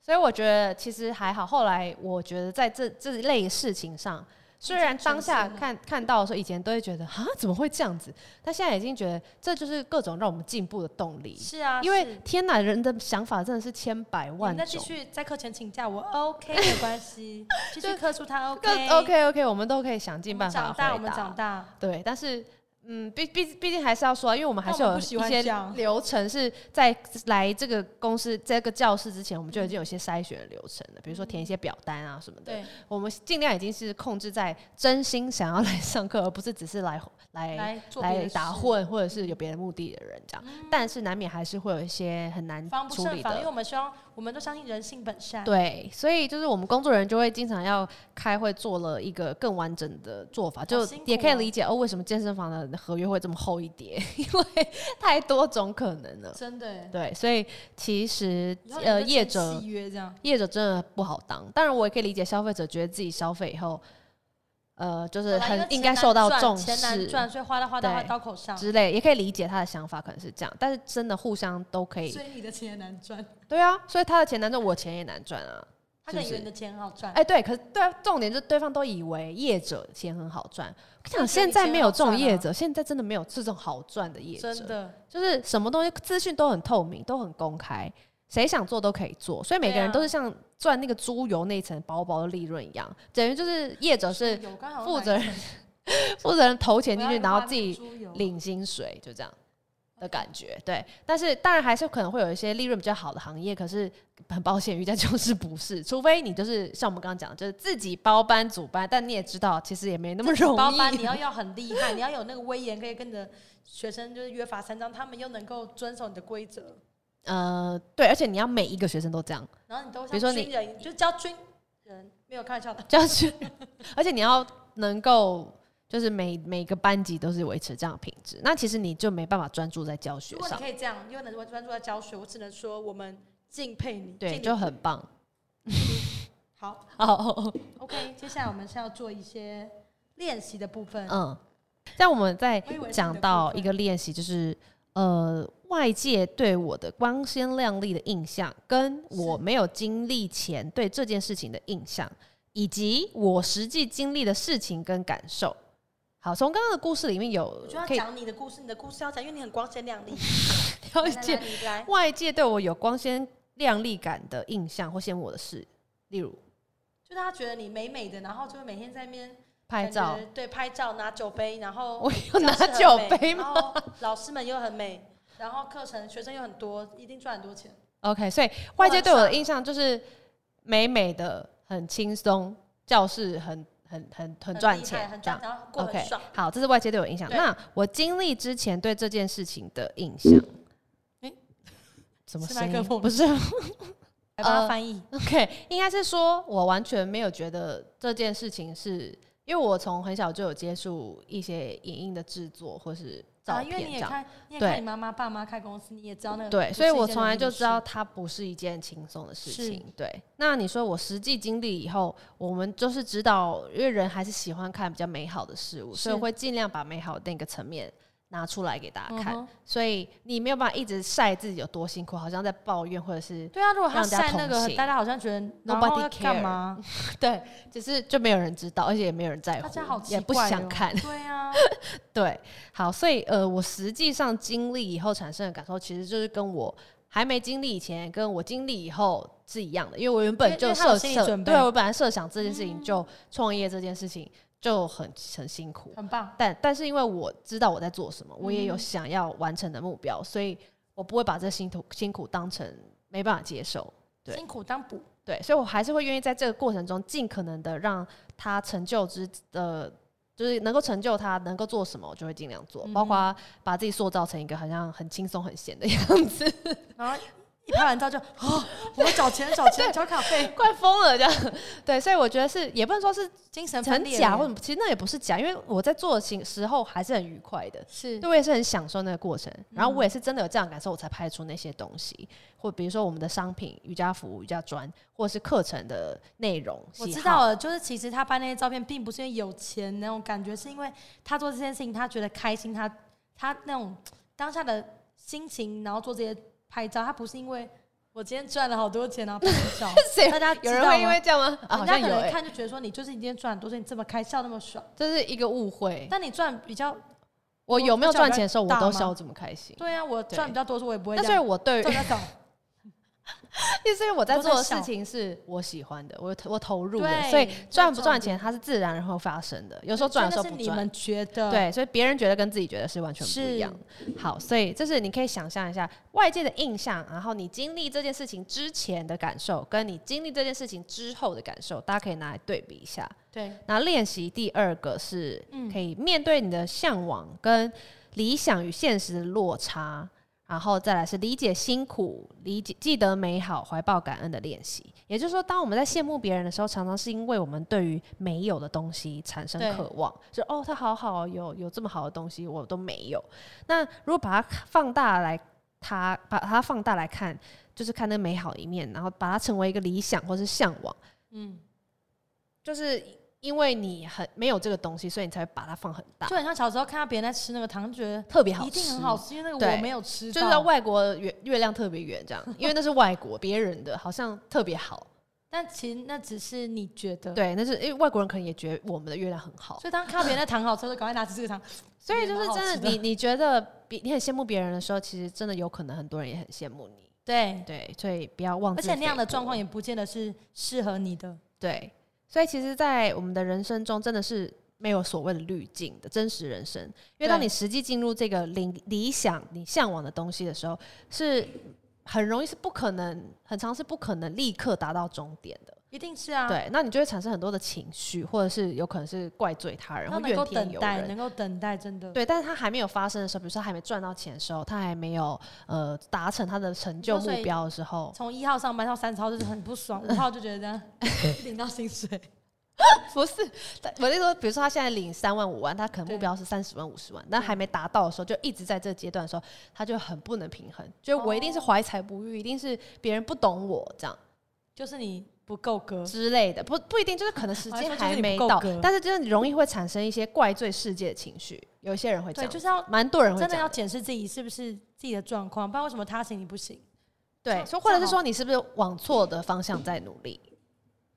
Speaker 1: 所以我觉得其实还好。后来我觉得在这这类事情上，虽然当下看看到的时候，以前都会觉得啊怎么会这样子，但现在已经觉得这就是各种让我们进步的动力。
Speaker 2: 是啊，
Speaker 1: 因为
Speaker 2: 是
Speaker 1: 天哪，人的想法真的是千百
Speaker 2: 你
Speaker 1: 万
Speaker 2: 们再继
Speaker 1: 种。
Speaker 2: 续在课前请假，我 OK 没关系，继续课出他
Speaker 1: 各
Speaker 2: OK
Speaker 1: OK OK，我们都可以想尽
Speaker 2: 我们
Speaker 1: 办法
Speaker 2: 长大，
Speaker 1: 回
Speaker 2: 我们
Speaker 1: 答
Speaker 2: 长大，
Speaker 1: 对，但是嗯，毕毕毕竟还是要说啊，因为我们还是
Speaker 2: 但我
Speaker 1: 有
Speaker 2: 们
Speaker 1: 一
Speaker 2: 不喜欢
Speaker 1: 些
Speaker 2: 这样
Speaker 1: 流程是在来这个公司、这个教室之前，我们就已经有一些筛选的流程了，比如说填一些表单啊什么的。
Speaker 2: 对，
Speaker 1: 我们尽量已经是控制在真心想要来上课，而不是只是来来
Speaker 2: 来做别
Speaker 1: 来
Speaker 2: 的
Speaker 1: 打
Speaker 2: 事，嗯
Speaker 1: 混或者是有别的目的的人这样。但是难免还是会有一些很难
Speaker 2: 防不
Speaker 1: 处
Speaker 2: 胜
Speaker 1: 理
Speaker 2: 防，因为
Speaker 1: 的。
Speaker 2: 我们希望，我们都相信人性本善，
Speaker 1: 对，所以就是我们工作人员就会经常要开会，做了一个更完整的做法，就
Speaker 2: 辛苦
Speaker 1: 也可以
Speaker 2: 哦
Speaker 1: 理解哦，为什么健身房的合约会这么厚一叠， 因为太多种可能了。
Speaker 2: 真的耶。
Speaker 1: 对，所以其实
Speaker 2: 以后你们
Speaker 1: 呃，
Speaker 2: 就
Speaker 1: 业
Speaker 2: 签
Speaker 1: 者
Speaker 2: 契约这样，
Speaker 1: 业者真的不好当。当然，我也可以理解消费者觉得自己消费以后，呃，就是
Speaker 2: 本来因为
Speaker 1: 很
Speaker 2: 钱
Speaker 1: 应该
Speaker 2: 难
Speaker 1: 受到
Speaker 2: 赚
Speaker 1: 重
Speaker 2: 钱难
Speaker 1: 视
Speaker 2: 赚，所以花到花到花
Speaker 1: 对
Speaker 2: 刀口上，
Speaker 1: 之类，也可以理解他的想法可能是这样。但是真的互相都可以
Speaker 2: 所，以你的钱也难赚，
Speaker 1: 对啊，所以他的钱难赚，我钱也难赚啊。
Speaker 2: 他
Speaker 1: 是
Speaker 2: 可
Speaker 1: 不
Speaker 2: 能以为你
Speaker 1: 是？
Speaker 2: 的钱很好赚
Speaker 1: 哎、，对，可是对啊，重点就是对方都以为业者钱很好赚。我跟你
Speaker 2: 我觉
Speaker 1: 讲，
Speaker 2: 得
Speaker 1: 现
Speaker 2: 以
Speaker 1: 在
Speaker 2: 前
Speaker 1: 没有
Speaker 2: 好
Speaker 1: 这种
Speaker 2: 赚
Speaker 1: 业
Speaker 2: 啊
Speaker 1: 者，现在真的没有这种好赚的业者。
Speaker 2: 真的，
Speaker 1: 就是什么东西资讯都很透明，都很公开，谁想做都可以做，所以每个
Speaker 2: 对啊
Speaker 1: 人都是像赚那个猪油那层薄薄的利润一样，等于就是业者是
Speaker 2: 有刚好
Speaker 1: 负责人负责人投钱进去，然后自己
Speaker 2: 领
Speaker 1: 领薪水，就这样的感觉。对，但是当然还是可能会有一些利润比较好的行业，可是很抱歉，瑜伽就是不是， 除非你就是像我们刚刚讲的，就是自己包班组班，但你也知道，其实也没那么容易。
Speaker 2: 包班，你要要很厉害，你要有那个威严，可以跟你的学生就是约法三章，他们又能够遵守你的规则，
Speaker 1: 呃，对，而且你要每一个学生都这样。
Speaker 2: 然后你都
Speaker 1: 比如说
Speaker 2: 像
Speaker 1: 你
Speaker 2: 军人，你就教军人，没有开玩笑的，
Speaker 1: 这样去， 而且你要能够就是每每个班级都是维持这样的品质，那其实你就没办法专注在教学
Speaker 2: 如果你
Speaker 1: 上，
Speaker 2: 可以这样，因为能专注在教学，我只能说我们敬佩你，
Speaker 1: 对，
Speaker 2: 敬你
Speaker 1: 就很棒。
Speaker 2: 好。
Speaker 1: 哦，
Speaker 2: OK，接下来我们是要做一些练习的部分，
Speaker 1: 嗯，像我们在
Speaker 2: 我以为是你的
Speaker 1: 讲到一个练习，就是呃外界对我的光鲜亮丽的印象，跟我没有经历前对这件事情的印象，以及我实际经历的事情跟感受。好，从刚刚的故事里面有
Speaker 2: 我就要
Speaker 1: 可以
Speaker 2: 讲你的故事，你的故事要讲，因为你很光鲜亮丽。
Speaker 1: 了
Speaker 2: 来
Speaker 1: 解
Speaker 2: 来你来，
Speaker 1: 外界对我有光鲜亮丽感的印象或羡慕我的事，例如
Speaker 2: 就大家觉得你美美的，然后就每天在那边
Speaker 1: 拍照
Speaker 2: 感，觉，对，拍照拿酒杯，然后
Speaker 1: 我 有拿
Speaker 2: 教室很
Speaker 1: 酒
Speaker 2: 美
Speaker 1: 杯
Speaker 2: 然
Speaker 1: 吗
Speaker 2: 后老师们又很美，然后课程学生又很多，一定赚很多钱。
Speaker 1: ？OK，所以外界对我的印象就是美美的，很轻松，教室很很很很赚
Speaker 2: 厉害
Speaker 1: 钱
Speaker 2: 很
Speaker 1: 这
Speaker 2: 赚，
Speaker 1: 样。
Speaker 2: 然后过得
Speaker 1: OK，
Speaker 2: 很爽。
Speaker 1: 好，这是外界对我的印象。
Speaker 2: 对
Speaker 1: 那我经历之前对这件事情的印象
Speaker 2: 诶，
Speaker 1: 什么
Speaker 2: 是呃啊
Speaker 1: 声
Speaker 2: 麦克
Speaker 1: 音？
Speaker 2: 风
Speaker 1: 不是
Speaker 2: 来帮他翻译，
Speaker 1: OK，应该是说我完全没有觉得这件事情是，因为我从很小就有接触一些影音的制作或是照
Speaker 2: 啊，因为
Speaker 1: 片
Speaker 2: 你
Speaker 1: 这
Speaker 2: 也
Speaker 1: 样，
Speaker 2: 看，你也
Speaker 1: 对
Speaker 2: 看你妈妈、爸妈开公司，你也知道那个
Speaker 1: 对，
Speaker 2: 不
Speaker 1: 所以
Speaker 2: 是一
Speaker 1: 我
Speaker 2: 件
Speaker 1: 从
Speaker 2: 容
Speaker 1: 来
Speaker 2: 易
Speaker 1: 就
Speaker 2: 的
Speaker 1: 知道
Speaker 2: 事
Speaker 1: 它不是一件轻松的事
Speaker 2: 是
Speaker 1: 情。对，那你说我实际经历以后，我们就是知道，因为人还是喜欢看比较美好的事物，所以
Speaker 2: 是
Speaker 1: 我会尽量把美好的那个层面拿出来给大家看。
Speaker 2: 嗯哼
Speaker 1: 所以你没有办法一直晒自己有多辛苦，好像在抱怨或 者是
Speaker 2: 对啊，如果他
Speaker 1: 让人家
Speaker 2: 晒那
Speaker 1: 同
Speaker 2: 个，
Speaker 1: 情
Speaker 2: 大家好像觉得
Speaker 1: Nobody
Speaker 2: 然后要干嘛？
Speaker 1: 对，只是就没有人知道，而且也没有人在乎，
Speaker 2: 大家好奇怪、
Speaker 1: 也
Speaker 2: 哦，
Speaker 1: 不想看。
Speaker 2: 对 啊，
Speaker 1: 对，好，所以呃，我实际上经历以后产生的感受，其实就是跟我还没经历以前，跟我经历以后是一样的，因为我原
Speaker 2: 因为
Speaker 1: 本
Speaker 2: 因
Speaker 1: 就
Speaker 2: 为他有
Speaker 1: 设
Speaker 2: 心理
Speaker 1: 设，
Speaker 2: 准备嗯
Speaker 1: 对我本来设想这件事情，就创业这件事情就很很辛苦，
Speaker 2: 很棒。
Speaker 1: 但但是因为我知道我在做什么，我
Speaker 2: 嗯
Speaker 1: 也有想要完成的目标，所以我不会把这辛苦辛苦当成没办法接受。对
Speaker 2: 辛苦当补，
Speaker 1: 对，所以我还是会愿意在这个过程中尽可能的让他成就之呃，就是能够成就他能够做什么，我就会尽量做，包
Speaker 2: 嗯
Speaker 1: 括把自己塑造成一个好像很轻松很闲的 样子，
Speaker 2: 然后一拍完照就啊、我要找钱找 钱找卡费，
Speaker 1: 快疯了这样。对，所以我觉得是也不能说是
Speaker 2: 精神分
Speaker 1: 很
Speaker 2: 裂
Speaker 1: 假，
Speaker 2: 了
Speaker 1: 或者其实那也不是假，因为我在做的情时候还是很愉快的。
Speaker 2: 是
Speaker 1: 对我也是很享受那个过程，
Speaker 2: 嗯
Speaker 1: 然后我也是真的有这样的感受，我才拍出那些东西，或比如说我们的商品、瑜伽服、瑜伽砖，或是课程的内容。
Speaker 2: 我
Speaker 1: 喜
Speaker 2: 知
Speaker 1: 好
Speaker 2: 道了，就是其实他拍那些照片，并不是因为有钱那种感觉，是因为他做这件事情，他觉得开心，他他那种当下的心情，然后做这些拍照，他不是因为我今天赚了好多钱然后拍 照，
Speaker 1: 谁
Speaker 2: 大家知
Speaker 1: 有
Speaker 2: 道
Speaker 1: 人会因
Speaker 2: 吗
Speaker 1: 为这样吗？啊，
Speaker 2: 人
Speaker 1: 好
Speaker 2: 家
Speaker 1: 像
Speaker 2: 可
Speaker 1: 有、
Speaker 2: 能
Speaker 1: 欸，
Speaker 2: 看就觉得说你就是你今天赚很多钱，你这么开笑那么爽，
Speaker 1: 这是一个误会。
Speaker 2: 但你赚比较
Speaker 1: 我有没有赚钱的时候，我
Speaker 2: 大
Speaker 1: 都
Speaker 2: 吗
Speaker 1: 笑这么开心。
Speaker 2: 对啊，我
Speaker 1: 对
Speaker 2: 赚比较多，所以我也不会
Speaker 1: 但
Speaker 2: 这
Speaker 1: 是
Speaker 2: 样。
Speaker 1: 我对于
Speaker 2: 赚，得少，
Speaker 1: 就是我在
Speaker 2: 都在
Speaker 1: 做的事
Speaker 2: 笑
Speaker 1: 情是我喜欢的，我投我投入的，
Speaker 2: 对
Speaker 1: 所以
Speaker 2: 这是
Speaker 1: 赚不
Speaker 2: 重
Speaker 1: 赚
Speaker 2: 点
Speaker 1: 钱它是自然而然会发生的。有时候赚，有时
Speaker 2: 所以
Speaker 1: 候
Speaker 2: 那是
Speaker 1: 不
Speaker 2: 你
Speaker 1: 赚。
Speaker 2: 们觉得，
Speaker 1: 对，所以别人觉得跟自己觉得是完全不一样的。好，所以这是你可以想象一下外界的印象，然后你经历这件事情之前的感受，跟你经历这件事情之后的感受，大家可以拿来对比一下。
Speaker 2: 对，
Speaker 1: 那练习第二个是
Speaker 2: 嗯
Speaker 1: 可以面对你的向往跟理想与现实的落差，然后再来是理解辛苦、理解记得美好、怀抱感恩的练习。也就是说，当我们在羡慕别人的时候，常常是因为我们对于没有的东西产生
Speaker 2: 对
Speaker 1: 渴望，就哦，他好好哦，有有这么好的东西，我都没有。那如果把它放大来，它把它放大来看，就是看那美好的一面，然后把它成为一个理想或是向往。
Speaker 2: 嗯，
Speaker 1: 就是因为你很没有这个东西，所以你才会把它放很大，
Speaker 2: 就很像小时候看到别人在吃那个糖，就觉得
Speaker 1: 特别好吃，
Speaker 2: 一定很好。吃，因为那个
Speaker 1: 对
Speaker 2: 我没有吃
Speaker 1: 就
Speaker 2: 到，
Speaker 1: 是在外国月月亮特别圆这样，因为那是外国别人的，好像特 别好。
Speaker 2: 但其实那只是你觉得。
Speaker 1: 对，那是因为外国人可能也觉得我们的月亮很好，
Speaker 2: 所以当看到别人的糖好吃，就赶快拿起这个糖。
Speaker 1: 所以就是
Speaker 2: 蛮好
Speaker 1: 真
Speaker 2: 吃
Speaker 1: 的，
Speaker 2: 的
Speaker 1: 你你觉得比你很羡慕别人的时候，其实真的有可能很多人也很羡慕你。
Speaker 2: 对，
Speaker 1: 对，所以不要妄
Speaker 2: 而
Speaker 1: 自
Speaker 2: 且那样的
Speaker 1: 菲薄
Speaker 2: 状况也不见得是适合你的。
Speaker 1: 对，所以其实，在我们的人生中，真的是没有所谓的滤镜的真实人生，因为当
Speaker 2: 对
Speaker 1: 你实际进入这个理理想、你向往的东西的时候，是很容易是不可能，很长是不可能立刻达到终点的。
Speaker 2: 一定是啊，
Speaker 1: 对，那你就会产生很多的情绪，或者是有可能是怪罪他人，
Speaker 2: 要
Speaker 1: 或
Speaker 2: 能够
Speaker 1: 怨天
Speaker 2: 等
Speaker 1: 尤
Speaker 2: 待，
Speaker 1: 人。
Speaker 2: 能够等待，真的。
Speaker 1: 对，但是他还没有发生的时候，比如说他还没赚到钱的时候，他还没有呃达成他的成就
Speaker 2: 说所
Speaker 1: 目
Speaker 2: 以
Speaker 1: 标的时候，
Speaker 2: 从一号上班到三十号就是很不爽，
Speaker 1: 嗯
Speaker 2: 五号就觉得这样领到薪 水，
Speaker 1: 不是，但我那时候，比如说他现在领三万五万，他可能目
Speaker 2: 对
Speaker 1: 标是三十万五十万，但还没达到的时候，就一直在这个阶段的时候，他就很不能平衡，就我一定是
Speaker 2: 哦
Speaker 1: 怀才不遇，一定是别人不懂我这样
Speaker 2: 就是你不够格。
Speaker 1: 之类的，不不一定，就是可能时
Speaker 2: 我还嗯
Speaker 1: 间
Speaker 2: 说就是你
Speaker 1: 还
Speaker 2: 不
Speaker 1: 没
Speaker 2: 够
Speaker 1: 到
Speaker 2: 格，
Speaker 1: 但是真的容易会产生一些怪罪世界的情绪，有一些人会这
Speaker 2: 对，
Speaker 1: 样，
Speaker 2: 就是要
Speaker 1: 蛮多人会
Speaker 2: 真
Speaker 1: 这
Speaker 2: 的要
Speaker 1: 样，
Speaker 2: 检视自己是不是自己的状况，不然为什么他行你不行？
Speaker 1: 对，
Speaker 2: 样
Speaker 1: 说或者
Speaker 2: 这
Speaker 1: 是
Speaker 2: 样
Speaker 1: 说你是不是往错的方向在努力，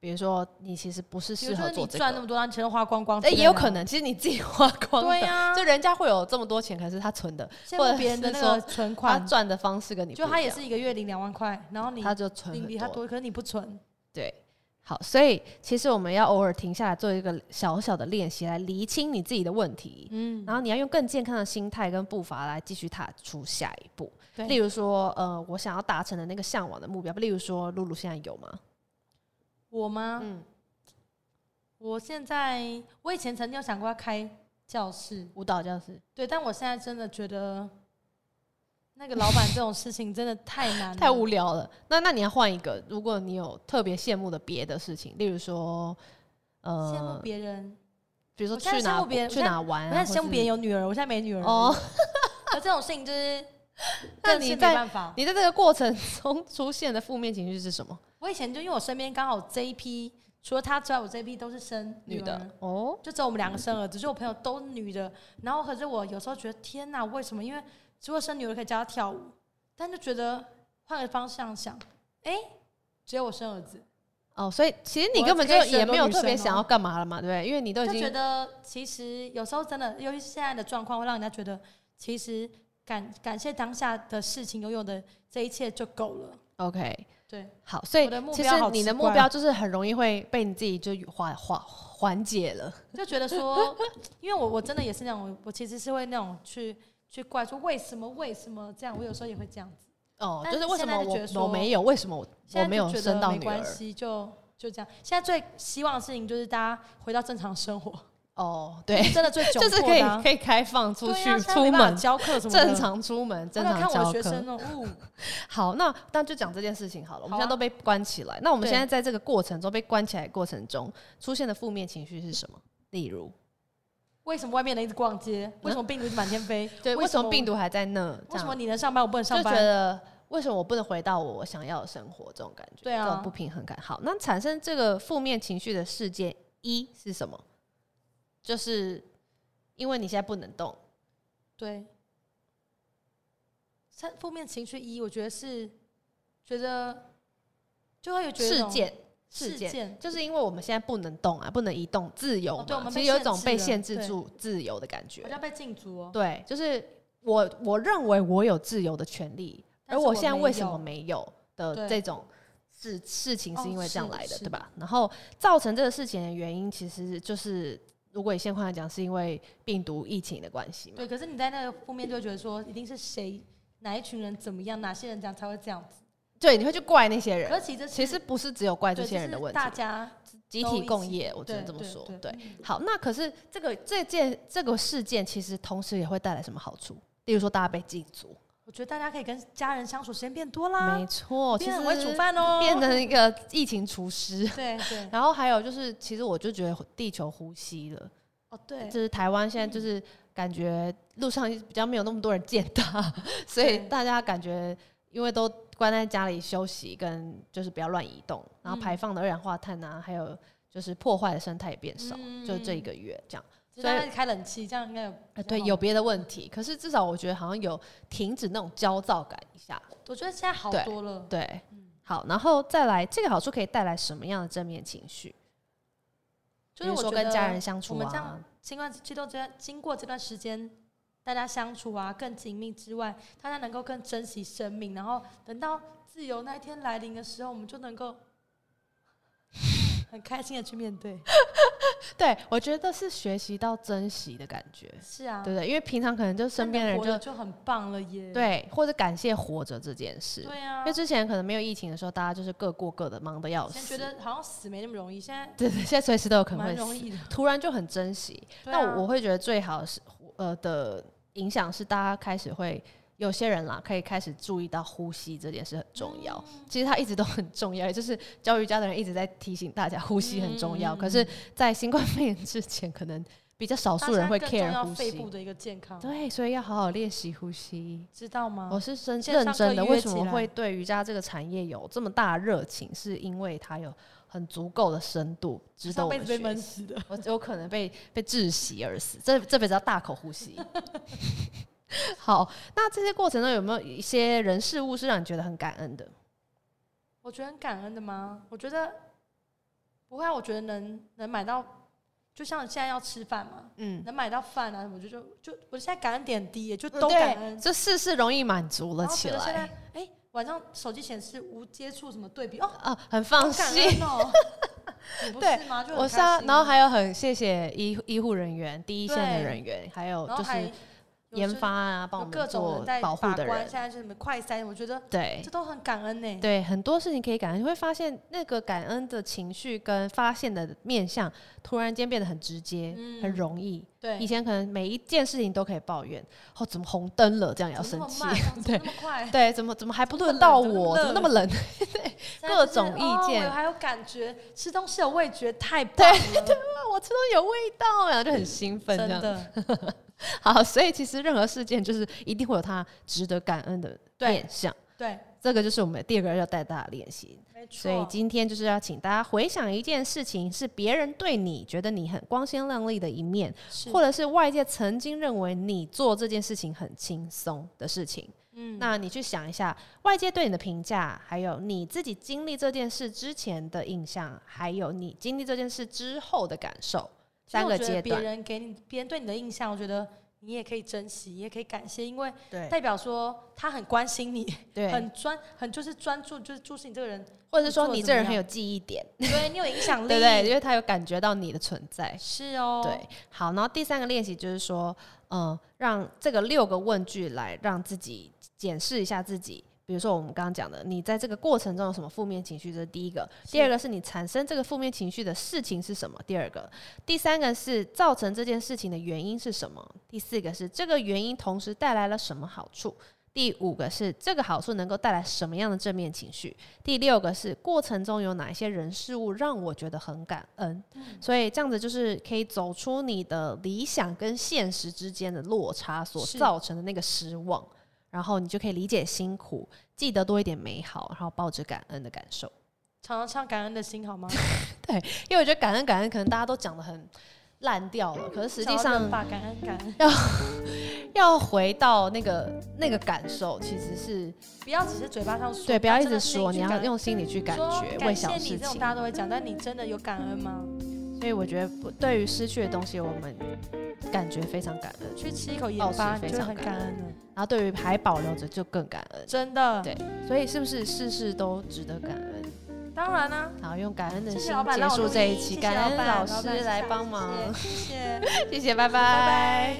Speaker 1: 比如说你其实不是
Speaker 2: 比
Speaker 1: 适
Speaker 2: 如
Speaker 1: 合
Speaker 2: 说
Speaker 1: 做
Speaker 2: 你
Speaker 1: 这
Speaker 2: 赚那
Speaker 1: 个。
Speaker 2: 么多，让钱都花光光之
Speaker 1: 哎、
Speaker 2: 类的啊，
Speaker 1: 也有可能，其实你自己花光的，
Speaker 2: 对呀
Speaker 1: 就人家会有这么多钱，可是他存的，
Speaker 2: 羡
Speaker 1: 或
Speaker 2: 慕
Speaker 1: 者
Speaker 2: 别人的那
Speaker 1: 是说
Speaker 2: 个存
Speaker 1: 他
Speaker 2: 款，
Speaker 1: 赚的方式跟你
Speaker 2: 就
Speaker 1: 不
Speaker 2: 他
Speaker 1: 一
Speaker 2: 也
Speaker 1: 样
Speaker 2: 是一个月领两万块，然后你
Speaker 1: 他就存
Speaker 2: 领
Speaker 1: 很
Speaker 2: 比他多，可是你不存，
Speaker 1: 对。好，所以其实我们要偶尔停下来做一个小小的练习，来厘清你自己的问题，
Speaker 2: 嗯，
Speaker 1: 然后你要用更健康的心态跟步伐来继续踏出下一步。
Speaker 2: 对
Speaker 1: 例如说，呃，我想要达成的那个向往的目标，例如说，露露现在有吗？
Speaker 2: 我吗？
Speaker 1: 嗯，
Speaker 2: 我现在我以前曾经有想过要开教室，
Speaker 1: 舞蹈教室
Speaker 2: 对，但我现在真的觉得那个老板这种事情真的太难了，
Speaker 1: 太无聊了。那那你要换一个，如果你有特别羡慕的别的事情，例如说，
Speaker 2: 羡慕
Speaker 1: 呃，
Speaker 2: 别人。
Speaker 1: 比如说
Speaker 2: 我现在
Speaker 1: 去
Speaker 2: 羡
Speaker 1: 哪
Speaker 2: 慕别人
Speaker 1: 去哪玩、
Speaker 2: 我
Speaker 1: 啊，
Speaker 2: 现在羡慕
Speaker 1: 或是
Speaker 2: 别人有女儿，我现在没女儿。
Speaker 1: 哦
Speaker 2: 哦，， 而这种事情就是
Speaker 1: 那
Speaker 2: 更
Speaker 1: 你
Speaker 2: 是没
Speaker 1: 在
Speaker 2: 办法。
Speaker 1: 你在这个过程中出现的负面情绪是什 么？
Speaker 2: 我以前就因为我身边刚好这一批，除了她之外，我这一批都是生
Speaker 1: 女
Speaker 2: 儿
Speaker 1: 的哦，
Speaker 2: 就只有我们两个生儿子，就我朋友都是女的。然后可是我有时候觉得天哪，为什么？因为如果生女儿可以教她跳舞，但就觉得换个方向想，哎、只有我生儿子，
Speaker 1: 哦，所以其实你
Speaker 2: 我
Speaker 1: 根本就
Speaker 2: 可以选
Speaker 1: 也没有
Speaker 2: 择女
Speaker 1: 特别
Speaker 2: 生哦
Speaker 1: 想要干嘛了嘛，对不对？因为你都已
Speaker 2: 就觉
Speaker 1: 经
Speaker 2: 得其实有时候真的，尤其是现在的状况，会让人家觉得其实感感谢当下的事情，拥有的这一切就够了。
Speaker 1: OK
Speaker 2: 对，
Speaker 1: 好，所以
Speaker 2: 我的目
Speaker 1: 其实
Speaker 2: 标好
Speaker 1: 你的
Speaker 2: 奇
Speaker 1: 目
Speaker 2: 怪哦
Speaker 1: 标就是很容易会被你自己就缓缓缓解了，
Speaker 2: 就觉得说， 因为我我真的也是那种，我其实是会那种去去怪说为什么为什么这样，我有时候也会这样子。
Speaker 1: 哦，
Speaker 2: 但
Speaker 1: 就是为
Speaker 2: 现
Speaker 1: 什么
Speaker 2: 在就觉得
Speaker 1: 我
Speaker 2: 说
Speaker 1: 我没有，为什么我
Speaker 2: 现
Speaker 1: 我
Speaker 2: 在
Speaker 1: 没
Speaker 2: 就
Speaker 1: 有
Speaker 2: 觉
Speaker 1: 生
Speaker 2: 得
Speaker 1: 到
Speaker 2: 没
Speaker 1: 女
Speaker 2: 关
Speaker 1: 儿？
Speaker 2: 系，就就这样。现在最希望的事情就是大家回到正常生活，
Speaker 1: 哦，对，
Speaker 2: 真的最 窘
Speaker 1: 就是
Speaker 2: 迫
Speaker 1: 可以
Speaker 2: 的啊、
Speaker 1: 可以开放出
Speaker 2: 对啊
Speaker 1: 去
Speaker 2: 现在
Speaker 1: 出
Speaker 2: 没办法
Speaker 1: 门，
Speaker 2: 教课什么的
Speaker 1: 正。常出门，
Speaker 2: 我
Speaker 1: 正
Speaker 2: 有
Speaker 1: 常
Speaker 2: 看
Speaker 1: 教
Speaker 2: 我学
Speaker 1: 课
Speaker 2: 生。哦，哦
Speaker 1: 好，那但就讲这件事情好了。我们
Speaker 2: 好啊
Speaker 1: 现在都被关起来，那我们
Speaker 2: 对
Speaker 1: 现在在这个过程中被关起来的过程中出现的负面情绪是什么？例如，
Speaker 2: 为什么外面人一直逛街？为什么病毒一直满天飞？
Speaker 1: 对，为
Speaker 2: 为
Speaker 1: 什
Speaker 2: 什
Speaker 1: 么
Speaker 2: 么
Speaker 1: 病毒还在那？这
Speaker 2: 为什
Speaker 1: 样
Speaker 2: 么你能上班，我不能
Speaker 1: 就
Speaker 2: 上
Speaker 1: 觉
Speaker 2: 班？
Speaker 1: 得为什么我不能回到我想要的生活？这种感觉，
Speaker 2: 对啊
Speaker 1: 这种不平衡感。好，那产生这个负面情绪的事件一是什么？就是因为你现在不能动，
Speaker 2: 对，三负面情绪一，我觉得是觉得就会有觉得
Speaker 1: 事
Speaker 2: 那种
Speaker 1: 件
Speaker 2: 事
Speaker 1: 事件
Speaker 2: 件，
Speaker 1: 就是因为我们现在不能动啊，不能移动，自由
Speaker 2: 哦
Speaker 1: 嘛，
Speaker 2: 对我们
Speaker 1: 其
Speaker 2: 被
Speaker 1: 实有一
Speaker 2: 限
Speaker 1: 种
Speaker 2: 制
Speaker 1: 被
Speaker 2: 了
Speaker 1: 限制
Speaker 2: 对
Speaker 1: 住自由的感觉
Speaker 2: 好。像被禁足哦。
Speaker 1: 对，就是我我认为我有自由的权利，
Speaker 2: 但
Speaker 1: 而
Speaker 2: 是
Speaker 1: 我现在为什
Speaker 2: 没
Speaker 1: 么
Speaker 2: 有
Speaker 1: 没有的
Speaker 2: 对
Speaker 1: 这种事事情
Speaker 2: 哦
Speaker 1: 是因为这样
Speaker 2: 是
Speaker 1: 来的，
Speaker 2: 是
Speaker 1: 对吧？然后造成这个事情的原因，其实就是如果以现况来讲，是因为病毒疫情的关系嘛。
Speaker 2: 对，可是你在那个负面就会觉得说，一定是谁哪一群人怎么样，哪些人这样才会这样子。
Speaker 1: 对，你会去怪那些人
Speaker 2: 可，是其实这是
Speaker 1: 其实不是只有怪
Speaker 2: 对
Speaker 1: 这些人
Speaker 2: 是
Speaker 1: 的问题
Speaker 2: 大，家
Speaker 1: 集
Speaker 2: 都
Speaker 1: 体
Speaker 2: 一
Speaker 1: 共
Speaker 2: 起
Speaker 1: 业，我只能
Speaker 2: 对
Speaker 1: 这么
Speaker 2: 对
Speaker 1: 说。
Speaker 2: 对嗯
Speaker 1: 对，好，那可是这个这件这个事件，其实同时也会带来什么好处？例如说，大家被禁足，
Speaker 2: 我觉得大家可以跟家人相处时间变多啦，
Speaker 1: 没错，其
Speaker 2: 变
Speaker 1: 实
Speaker 2: 得啊很会煮饭哦，
Speaker 1: 变成一个疫情厨师。
Speaker 2: 对对
Speaker 1: 然后还有就是，其实我就觉得地球呼吸了，
Speaker 2: 哦对
Speaker 1: 就是台湾现在就是感觉路上比较没有那么多人践踏， 所以
Speaker 2: 对
Speaker 1: 大家感觉因为都关在家里休息，跟就是不要乱移动，然后
Speaker 2: 嗯
Speaker 1: 排放的二氧化碳啊，还有就是破坏的生态也变少，就这一
Speaker 2: 嗯
Speaker 1: 个月这样。
Speaker 2: 就
Speaker 1: 所以
Speaker 2: 大家开冷气，这样应该有比
Speaker 1: 呃，
Speaker 2: 较
Speaker 1: 对，
Speaker 2: 好
Speaker 1: 有别的问题，可是至少我觉得好像有停止那种焦躁感一下。
Speaker 2: 我觉得现在好
Speaker 1: 对
Speaker 2: 多了，
Speaker 1: 对
Speaker 2: 嗯，
Speaker 1: 好，然后再来，这个好处可以带来什么样的正面情绪？
Speaker 2: 就是
Speaker 1: 比
Speaker 2: 我
Speaker 1: 如说
Speaker 2: 觉
Speaker 1: 跟
Speaker 2: 得
Speaker 1: 家人相
Speaker 2: 我
Speaker 1: 处
Speaker 2: 们这
Speaker 1: 啊
Speaker 2: 样，经过这段这经过这段时间，大家相处啊更紧密之外，大家能够更珍惜生命，然后等到自由那一天来临的时候，我们就能够很开心的去面对。
Speaker 1: 对我觉得是学习到珍惜的感觉，
Speaker 2: 是啊，
Speaker 1: 对不对？因为平常可能就
Speaker 2: 那
Speaker 1: 身
Speaker 2: 你
Speaker 1: 边的人
Speaker 2: 活着
Speaker 1: 就
Speaker 2: 就很棒了耶。
Speaker 1: 对，或者感谢活着这件事。
Speaker 2: 对啊
Speaker 1: 因为，之前可能没有疫情的时候，大家就是各过各的，忙得要
Speaker 2: 先
Speaker 1: 死。
Speaker 2: 觉得好像死没那么容易，现在
Speaker 1: 对对，现在随时都有可能
Speaker 2: 蛮
Speaker 1: 会
Speaker 2: 容
Speaker 1: 死，
Speaker 2: 易的。
Speaker 1: 突然就很珍惜。
Speaker 2: 对
Speaker 1: 那
Speaker 2: 啊
Speaker 1: 我我会觉得最好是呃的影响是大家开始会有些人啦，可以开始注意到呼吸这件事很重
Speaker 2: 嗯
Speaker 1: 要。其实它一直都很重要，也就是教瑜伽的人一直在提醒大家呼吸很重
Speaker 2: 嗯
Speaker 1: 要。
Speaker 2: 嗯嗯
Speaker 1: 可是，在新冠肺炎之前，可能比较少
Speaker 2: 大
Speaker 1: 数人
Speaker 2: 家
Speaker 1: 会
Speaker 2: 更重
Speaker 1: care
Speaker 2: 要
Speaker 1: 呼
Speaker 2: 肺部
Speaker 1: 吸。
Speaker 2: 的一个健康，
Speaker 1: 对，所以要好好练习呼吸。
Speaker 2: 知道吗？
Speaker 1: 我是真
Speaker 2: 嗯线上
Speaker 1: 认真
Speaker 2: 课
Speaker 1: 的，
Speaker 2: 预约
Speaker 1: 为什
Speaker 2: 起
Speaker 1: 么
Speaker 2: 来
Speaker 1: 会对瑜伽这个产业有这么大的热情？是因为它有很足够的深度，值得
Speaker 2: 上
Speaker 1: 我
Speaker 2: 辈
Speaker 1: 们
Speaker 2: 子被
Speaker 1: 学
Speaker 2: 闷
Speaker 1: 习。
Speaker 2: 死的。
Speaker 1: 我有可能被被窒息而死，这这辈子要大口 呼吸。好，那这些过程中有没有一些人事物是让你觉得很感恩的？
Speaker 2: 我觉得很感恩的吗？我觉得不会啊，我觉得能能买到，就像现在要吃饭嘛，
Speaker 1: 嗯，
Speaker 2: 能买到饭啊，我就就就我现在感恩点很低耶，就
Speaker 1: 对
Speaker 2: 都感恩。
Speaker 1: 这事事容易满足了
Speaker 2: 嗯然后
Speaker 1: 起
Speaker 2: 觉得现在
Speaker 1: 来，
Speaker 2: 哎、晚上手机显示无接触什么对比哦，
Speaker 1: 啊，很
Speaker 2: 好
Speaker 1: 放
Speaker 2: 感
Speaker 1: 心。
Speaker 2: 恩 哦。你不
Speaker 1: 对
Speaker 2: 是吗？就很
Speaker 1: 我是
Speaker 2: 开
Speaker 1: 啊，
Speaker 2: 心
Speaker 1: 然后还有很谢谢医医护人员、第一线的
Speaker 2: 对
Speaker 1: 人员，还有
Speaker 2: 然
Speaker 1: 就
Speaker 2: 后还
Speaker 1: 是
Speaker 2: 有
Speaker 1: 研
Speaker 2: 是
Speaker 1: 发啊，帮
Speaker 2: 有
Speaker 1: 我
Speaker 2: 各
Speaker 1: 们
Speaker 2: 种
Speaker 1: 做
Speaker 2: 人在
Speaker 1: 保护
Speaker 2: 把
Speaker 1: 的
Speaker 2: 关，
Speaker 1: 人
Speaker 2: 现，在是什么快筛，我觉得
Speaker 1: 对
Speaker 2: 这都很感恩呢。
Speaker 1: 对，很多事情可以感恩，你会发现那个感恩的情绪跟发现的面相，突然间变得很直接，很
Speaker 2: 嗯
Speaker 1: 容易。
Speaker 2: 对，
Speaker 1: 以前可能每一件事情都可以抱怨，哦，怎么红灯了，这样也要
Speaker 2: 怎
Speaker 1: 生
Speaker 2: 么
Speaker 1: 气
Speaker 2: 那么慢，怎么
Speaker 1: 对
Speaker 2: 那么快，
Speaker 1: 对，怎么怎么还不
Speaker 2: 怎么
Speaker 1: 轮
Speaker 2: 那
Speaker 1: 到
Speaker 2: 么冷
Speaker 1: 我，怎么那
Speaker 2: 怎
Speaker 1: 么
Speaker 2: 么
Speaker 1: 冷？
Speaker 2: 现在
Speaker 1: 各
Speaker 2: 就是
Speaker 1: 种意
Speaker 2: 哦
Speaker 1: 见
Speaker 2: 我还有感觉，吃东西有味觉，太棒 了，
Speaker 1: 我吃东西有味道，啊然后就
Speaker 2: 嗯
Speaker 1: 很兴奋，这
Speaker 2: 真
Speaker 1: 样。
Speaker 2: 的。
Speaker 1: 好，所以其实任何事件就是一定会有它值得感恩的
Speaker 2: 对
Speaker 1: 面相，
Speaker 2: 对，
Speaker 1: 这个就是我们第二个要带大家练习。
Speaker 2: 没
Speaker 1: 所以
Speaker 2: 错。
Speaker 1: 今天就是要请大家回想一件事情，是别人对你觉得你很光鲜亮丽的一面，
Speaker 2: 是
Speaker 1: 或者是外界曾经认为你做这件事情很轻松的事情。
Speaker 2: 嗯
Speaker 1: 那你去想一下，外界对你的评价，还有你自己经历这件事之前的印象，还有你经历这件事之后的感受，
Speaker 2: 其实
Speaker 1: 三
Speaker 2: 我
Speaker 1: 个
Speaker 2: 觉得
Speaker 1: 阶
Speaker 2: 别
Speaker 1: 段。
Speaker 2: 人给你，别人对你的印象，我觉得你也可以珍惜，也可以感谢，因为
Speaker 1: 对
Speaker 2: 代表说他很关心你，
Speaker 1: 对，
Speaker 2: 很专，很就是专注，就是注视你这个人，
Speaker 1: 或者是说
Speaker 2: 做得
Speaker 1: 你
Speaker 2: 怎
Speaker 1: 这
Speaker 2: 么
Speaker 1: 人很
Speaker 2: 样
Speaker 1: 有记忆点，
Speaker 2: 对你有影响力，
Speaker 1: 对不对？因为他有感觉到你的存在。
Speaker 2: 是哦，
Speaker 1: 对，好，然后第三个练习就是说，嗯，让这个六个问句来让自己检视一下自己。比如说我们刚刚讲的，你在这个过程中有什么负面情绪，这是第一个；第二个是你产生这个负面情绪的事情是什么，第二个；第三个是造成这件事情的原因是什么，第四个是这个原因同时带来了什么好处。第五个是这个好处能够带来什么样的正面情绪？第六个是过程中有哪一些人事物让我觉得很感恩？
Speaker 2: 嗯
Speaker 1: 所以这样子就是可以走出你的理想跟现实之间的落差所
Speaker 2: 是
Speaker 1: 造成的那个失望，然后你就可以理解辛苦，记得多一点美好，然后抱着感恩的感受。
Speaker 2: 常常唱感恩的心好吗？
Speaker 1: 因为我觉得感恩感恩，可能大家都讲的很烂掉了，可是实际
Speaker 2: 想要
Speaker 1: 上
Speaker 2: 认爸感恩感恩，
Speaker 1: 要回到那个那个感受，其实是
Speaker 2: 不要只是嘴巴上说，啊
Speaker 1: 对，不要一直
Speaker 2: 说
Speaker 1: 说，，你要用心里去感
Speaker 2: 说
Speaker 1: 觉，为
Speaker 2: 感
Speaker 1: 小
Speaker 2: 谢
Speaker 1: 事
Speaker 2: 你这种
Speaker 1: 情
Speaker 2: 大。家都会讲，但你真的有感恩吗？
Speaker 1: 所以我觉得不，对于失去的东西，我们感觉非常感恩，
Speaker 2: 去吃一口盐
Speaker 1: 哦是
Speaker 2: 巴，
Speaker 1: 非
Speaker 2: 你就会
Speaker 1: 常
Speaker 2: 很
Speaker 1: 感
Speaker 2: 感
Speaker 1: 恩
Speaker 2: 恩了，
Speaker 1: 然后对于还保留着就更感恩。
Speaker 2: 真的。
Speaker 1: 对所以是不是事事都值得感恩？
Speaker 2: 当然啦，
Speaker 1: 好，用感恩的
Speaker 2: 谢谢
Speaker 1: 心
Speaker 2: 老板
Speaker 1: 结
Speaker 2: 让我
Speaker 1: 束
Speaker 2: 录
Speaker 1: 这一
Speaker 2: 音
Speaker 1: 期，
Speaker 2: 谢谢
Speaker 1: 感
Speaker 2: 老
Speaker 1: 恩
Speaker 2: 板
Speaker 1: 老
Speaker 2: 老
Speaker 1: 师
Speaker 2: 板谢谢
Speaker 1: 来
Speaker 2: 老
Speaker 1: 帮
Speaker 2: 师
Speaker 1: 忙，
Speaker 2: 谢谢，
Speaker 1: 谢谢，拜
Speaker 2: 拜
Speaker 1: 拜。
Speaker 2: 拜。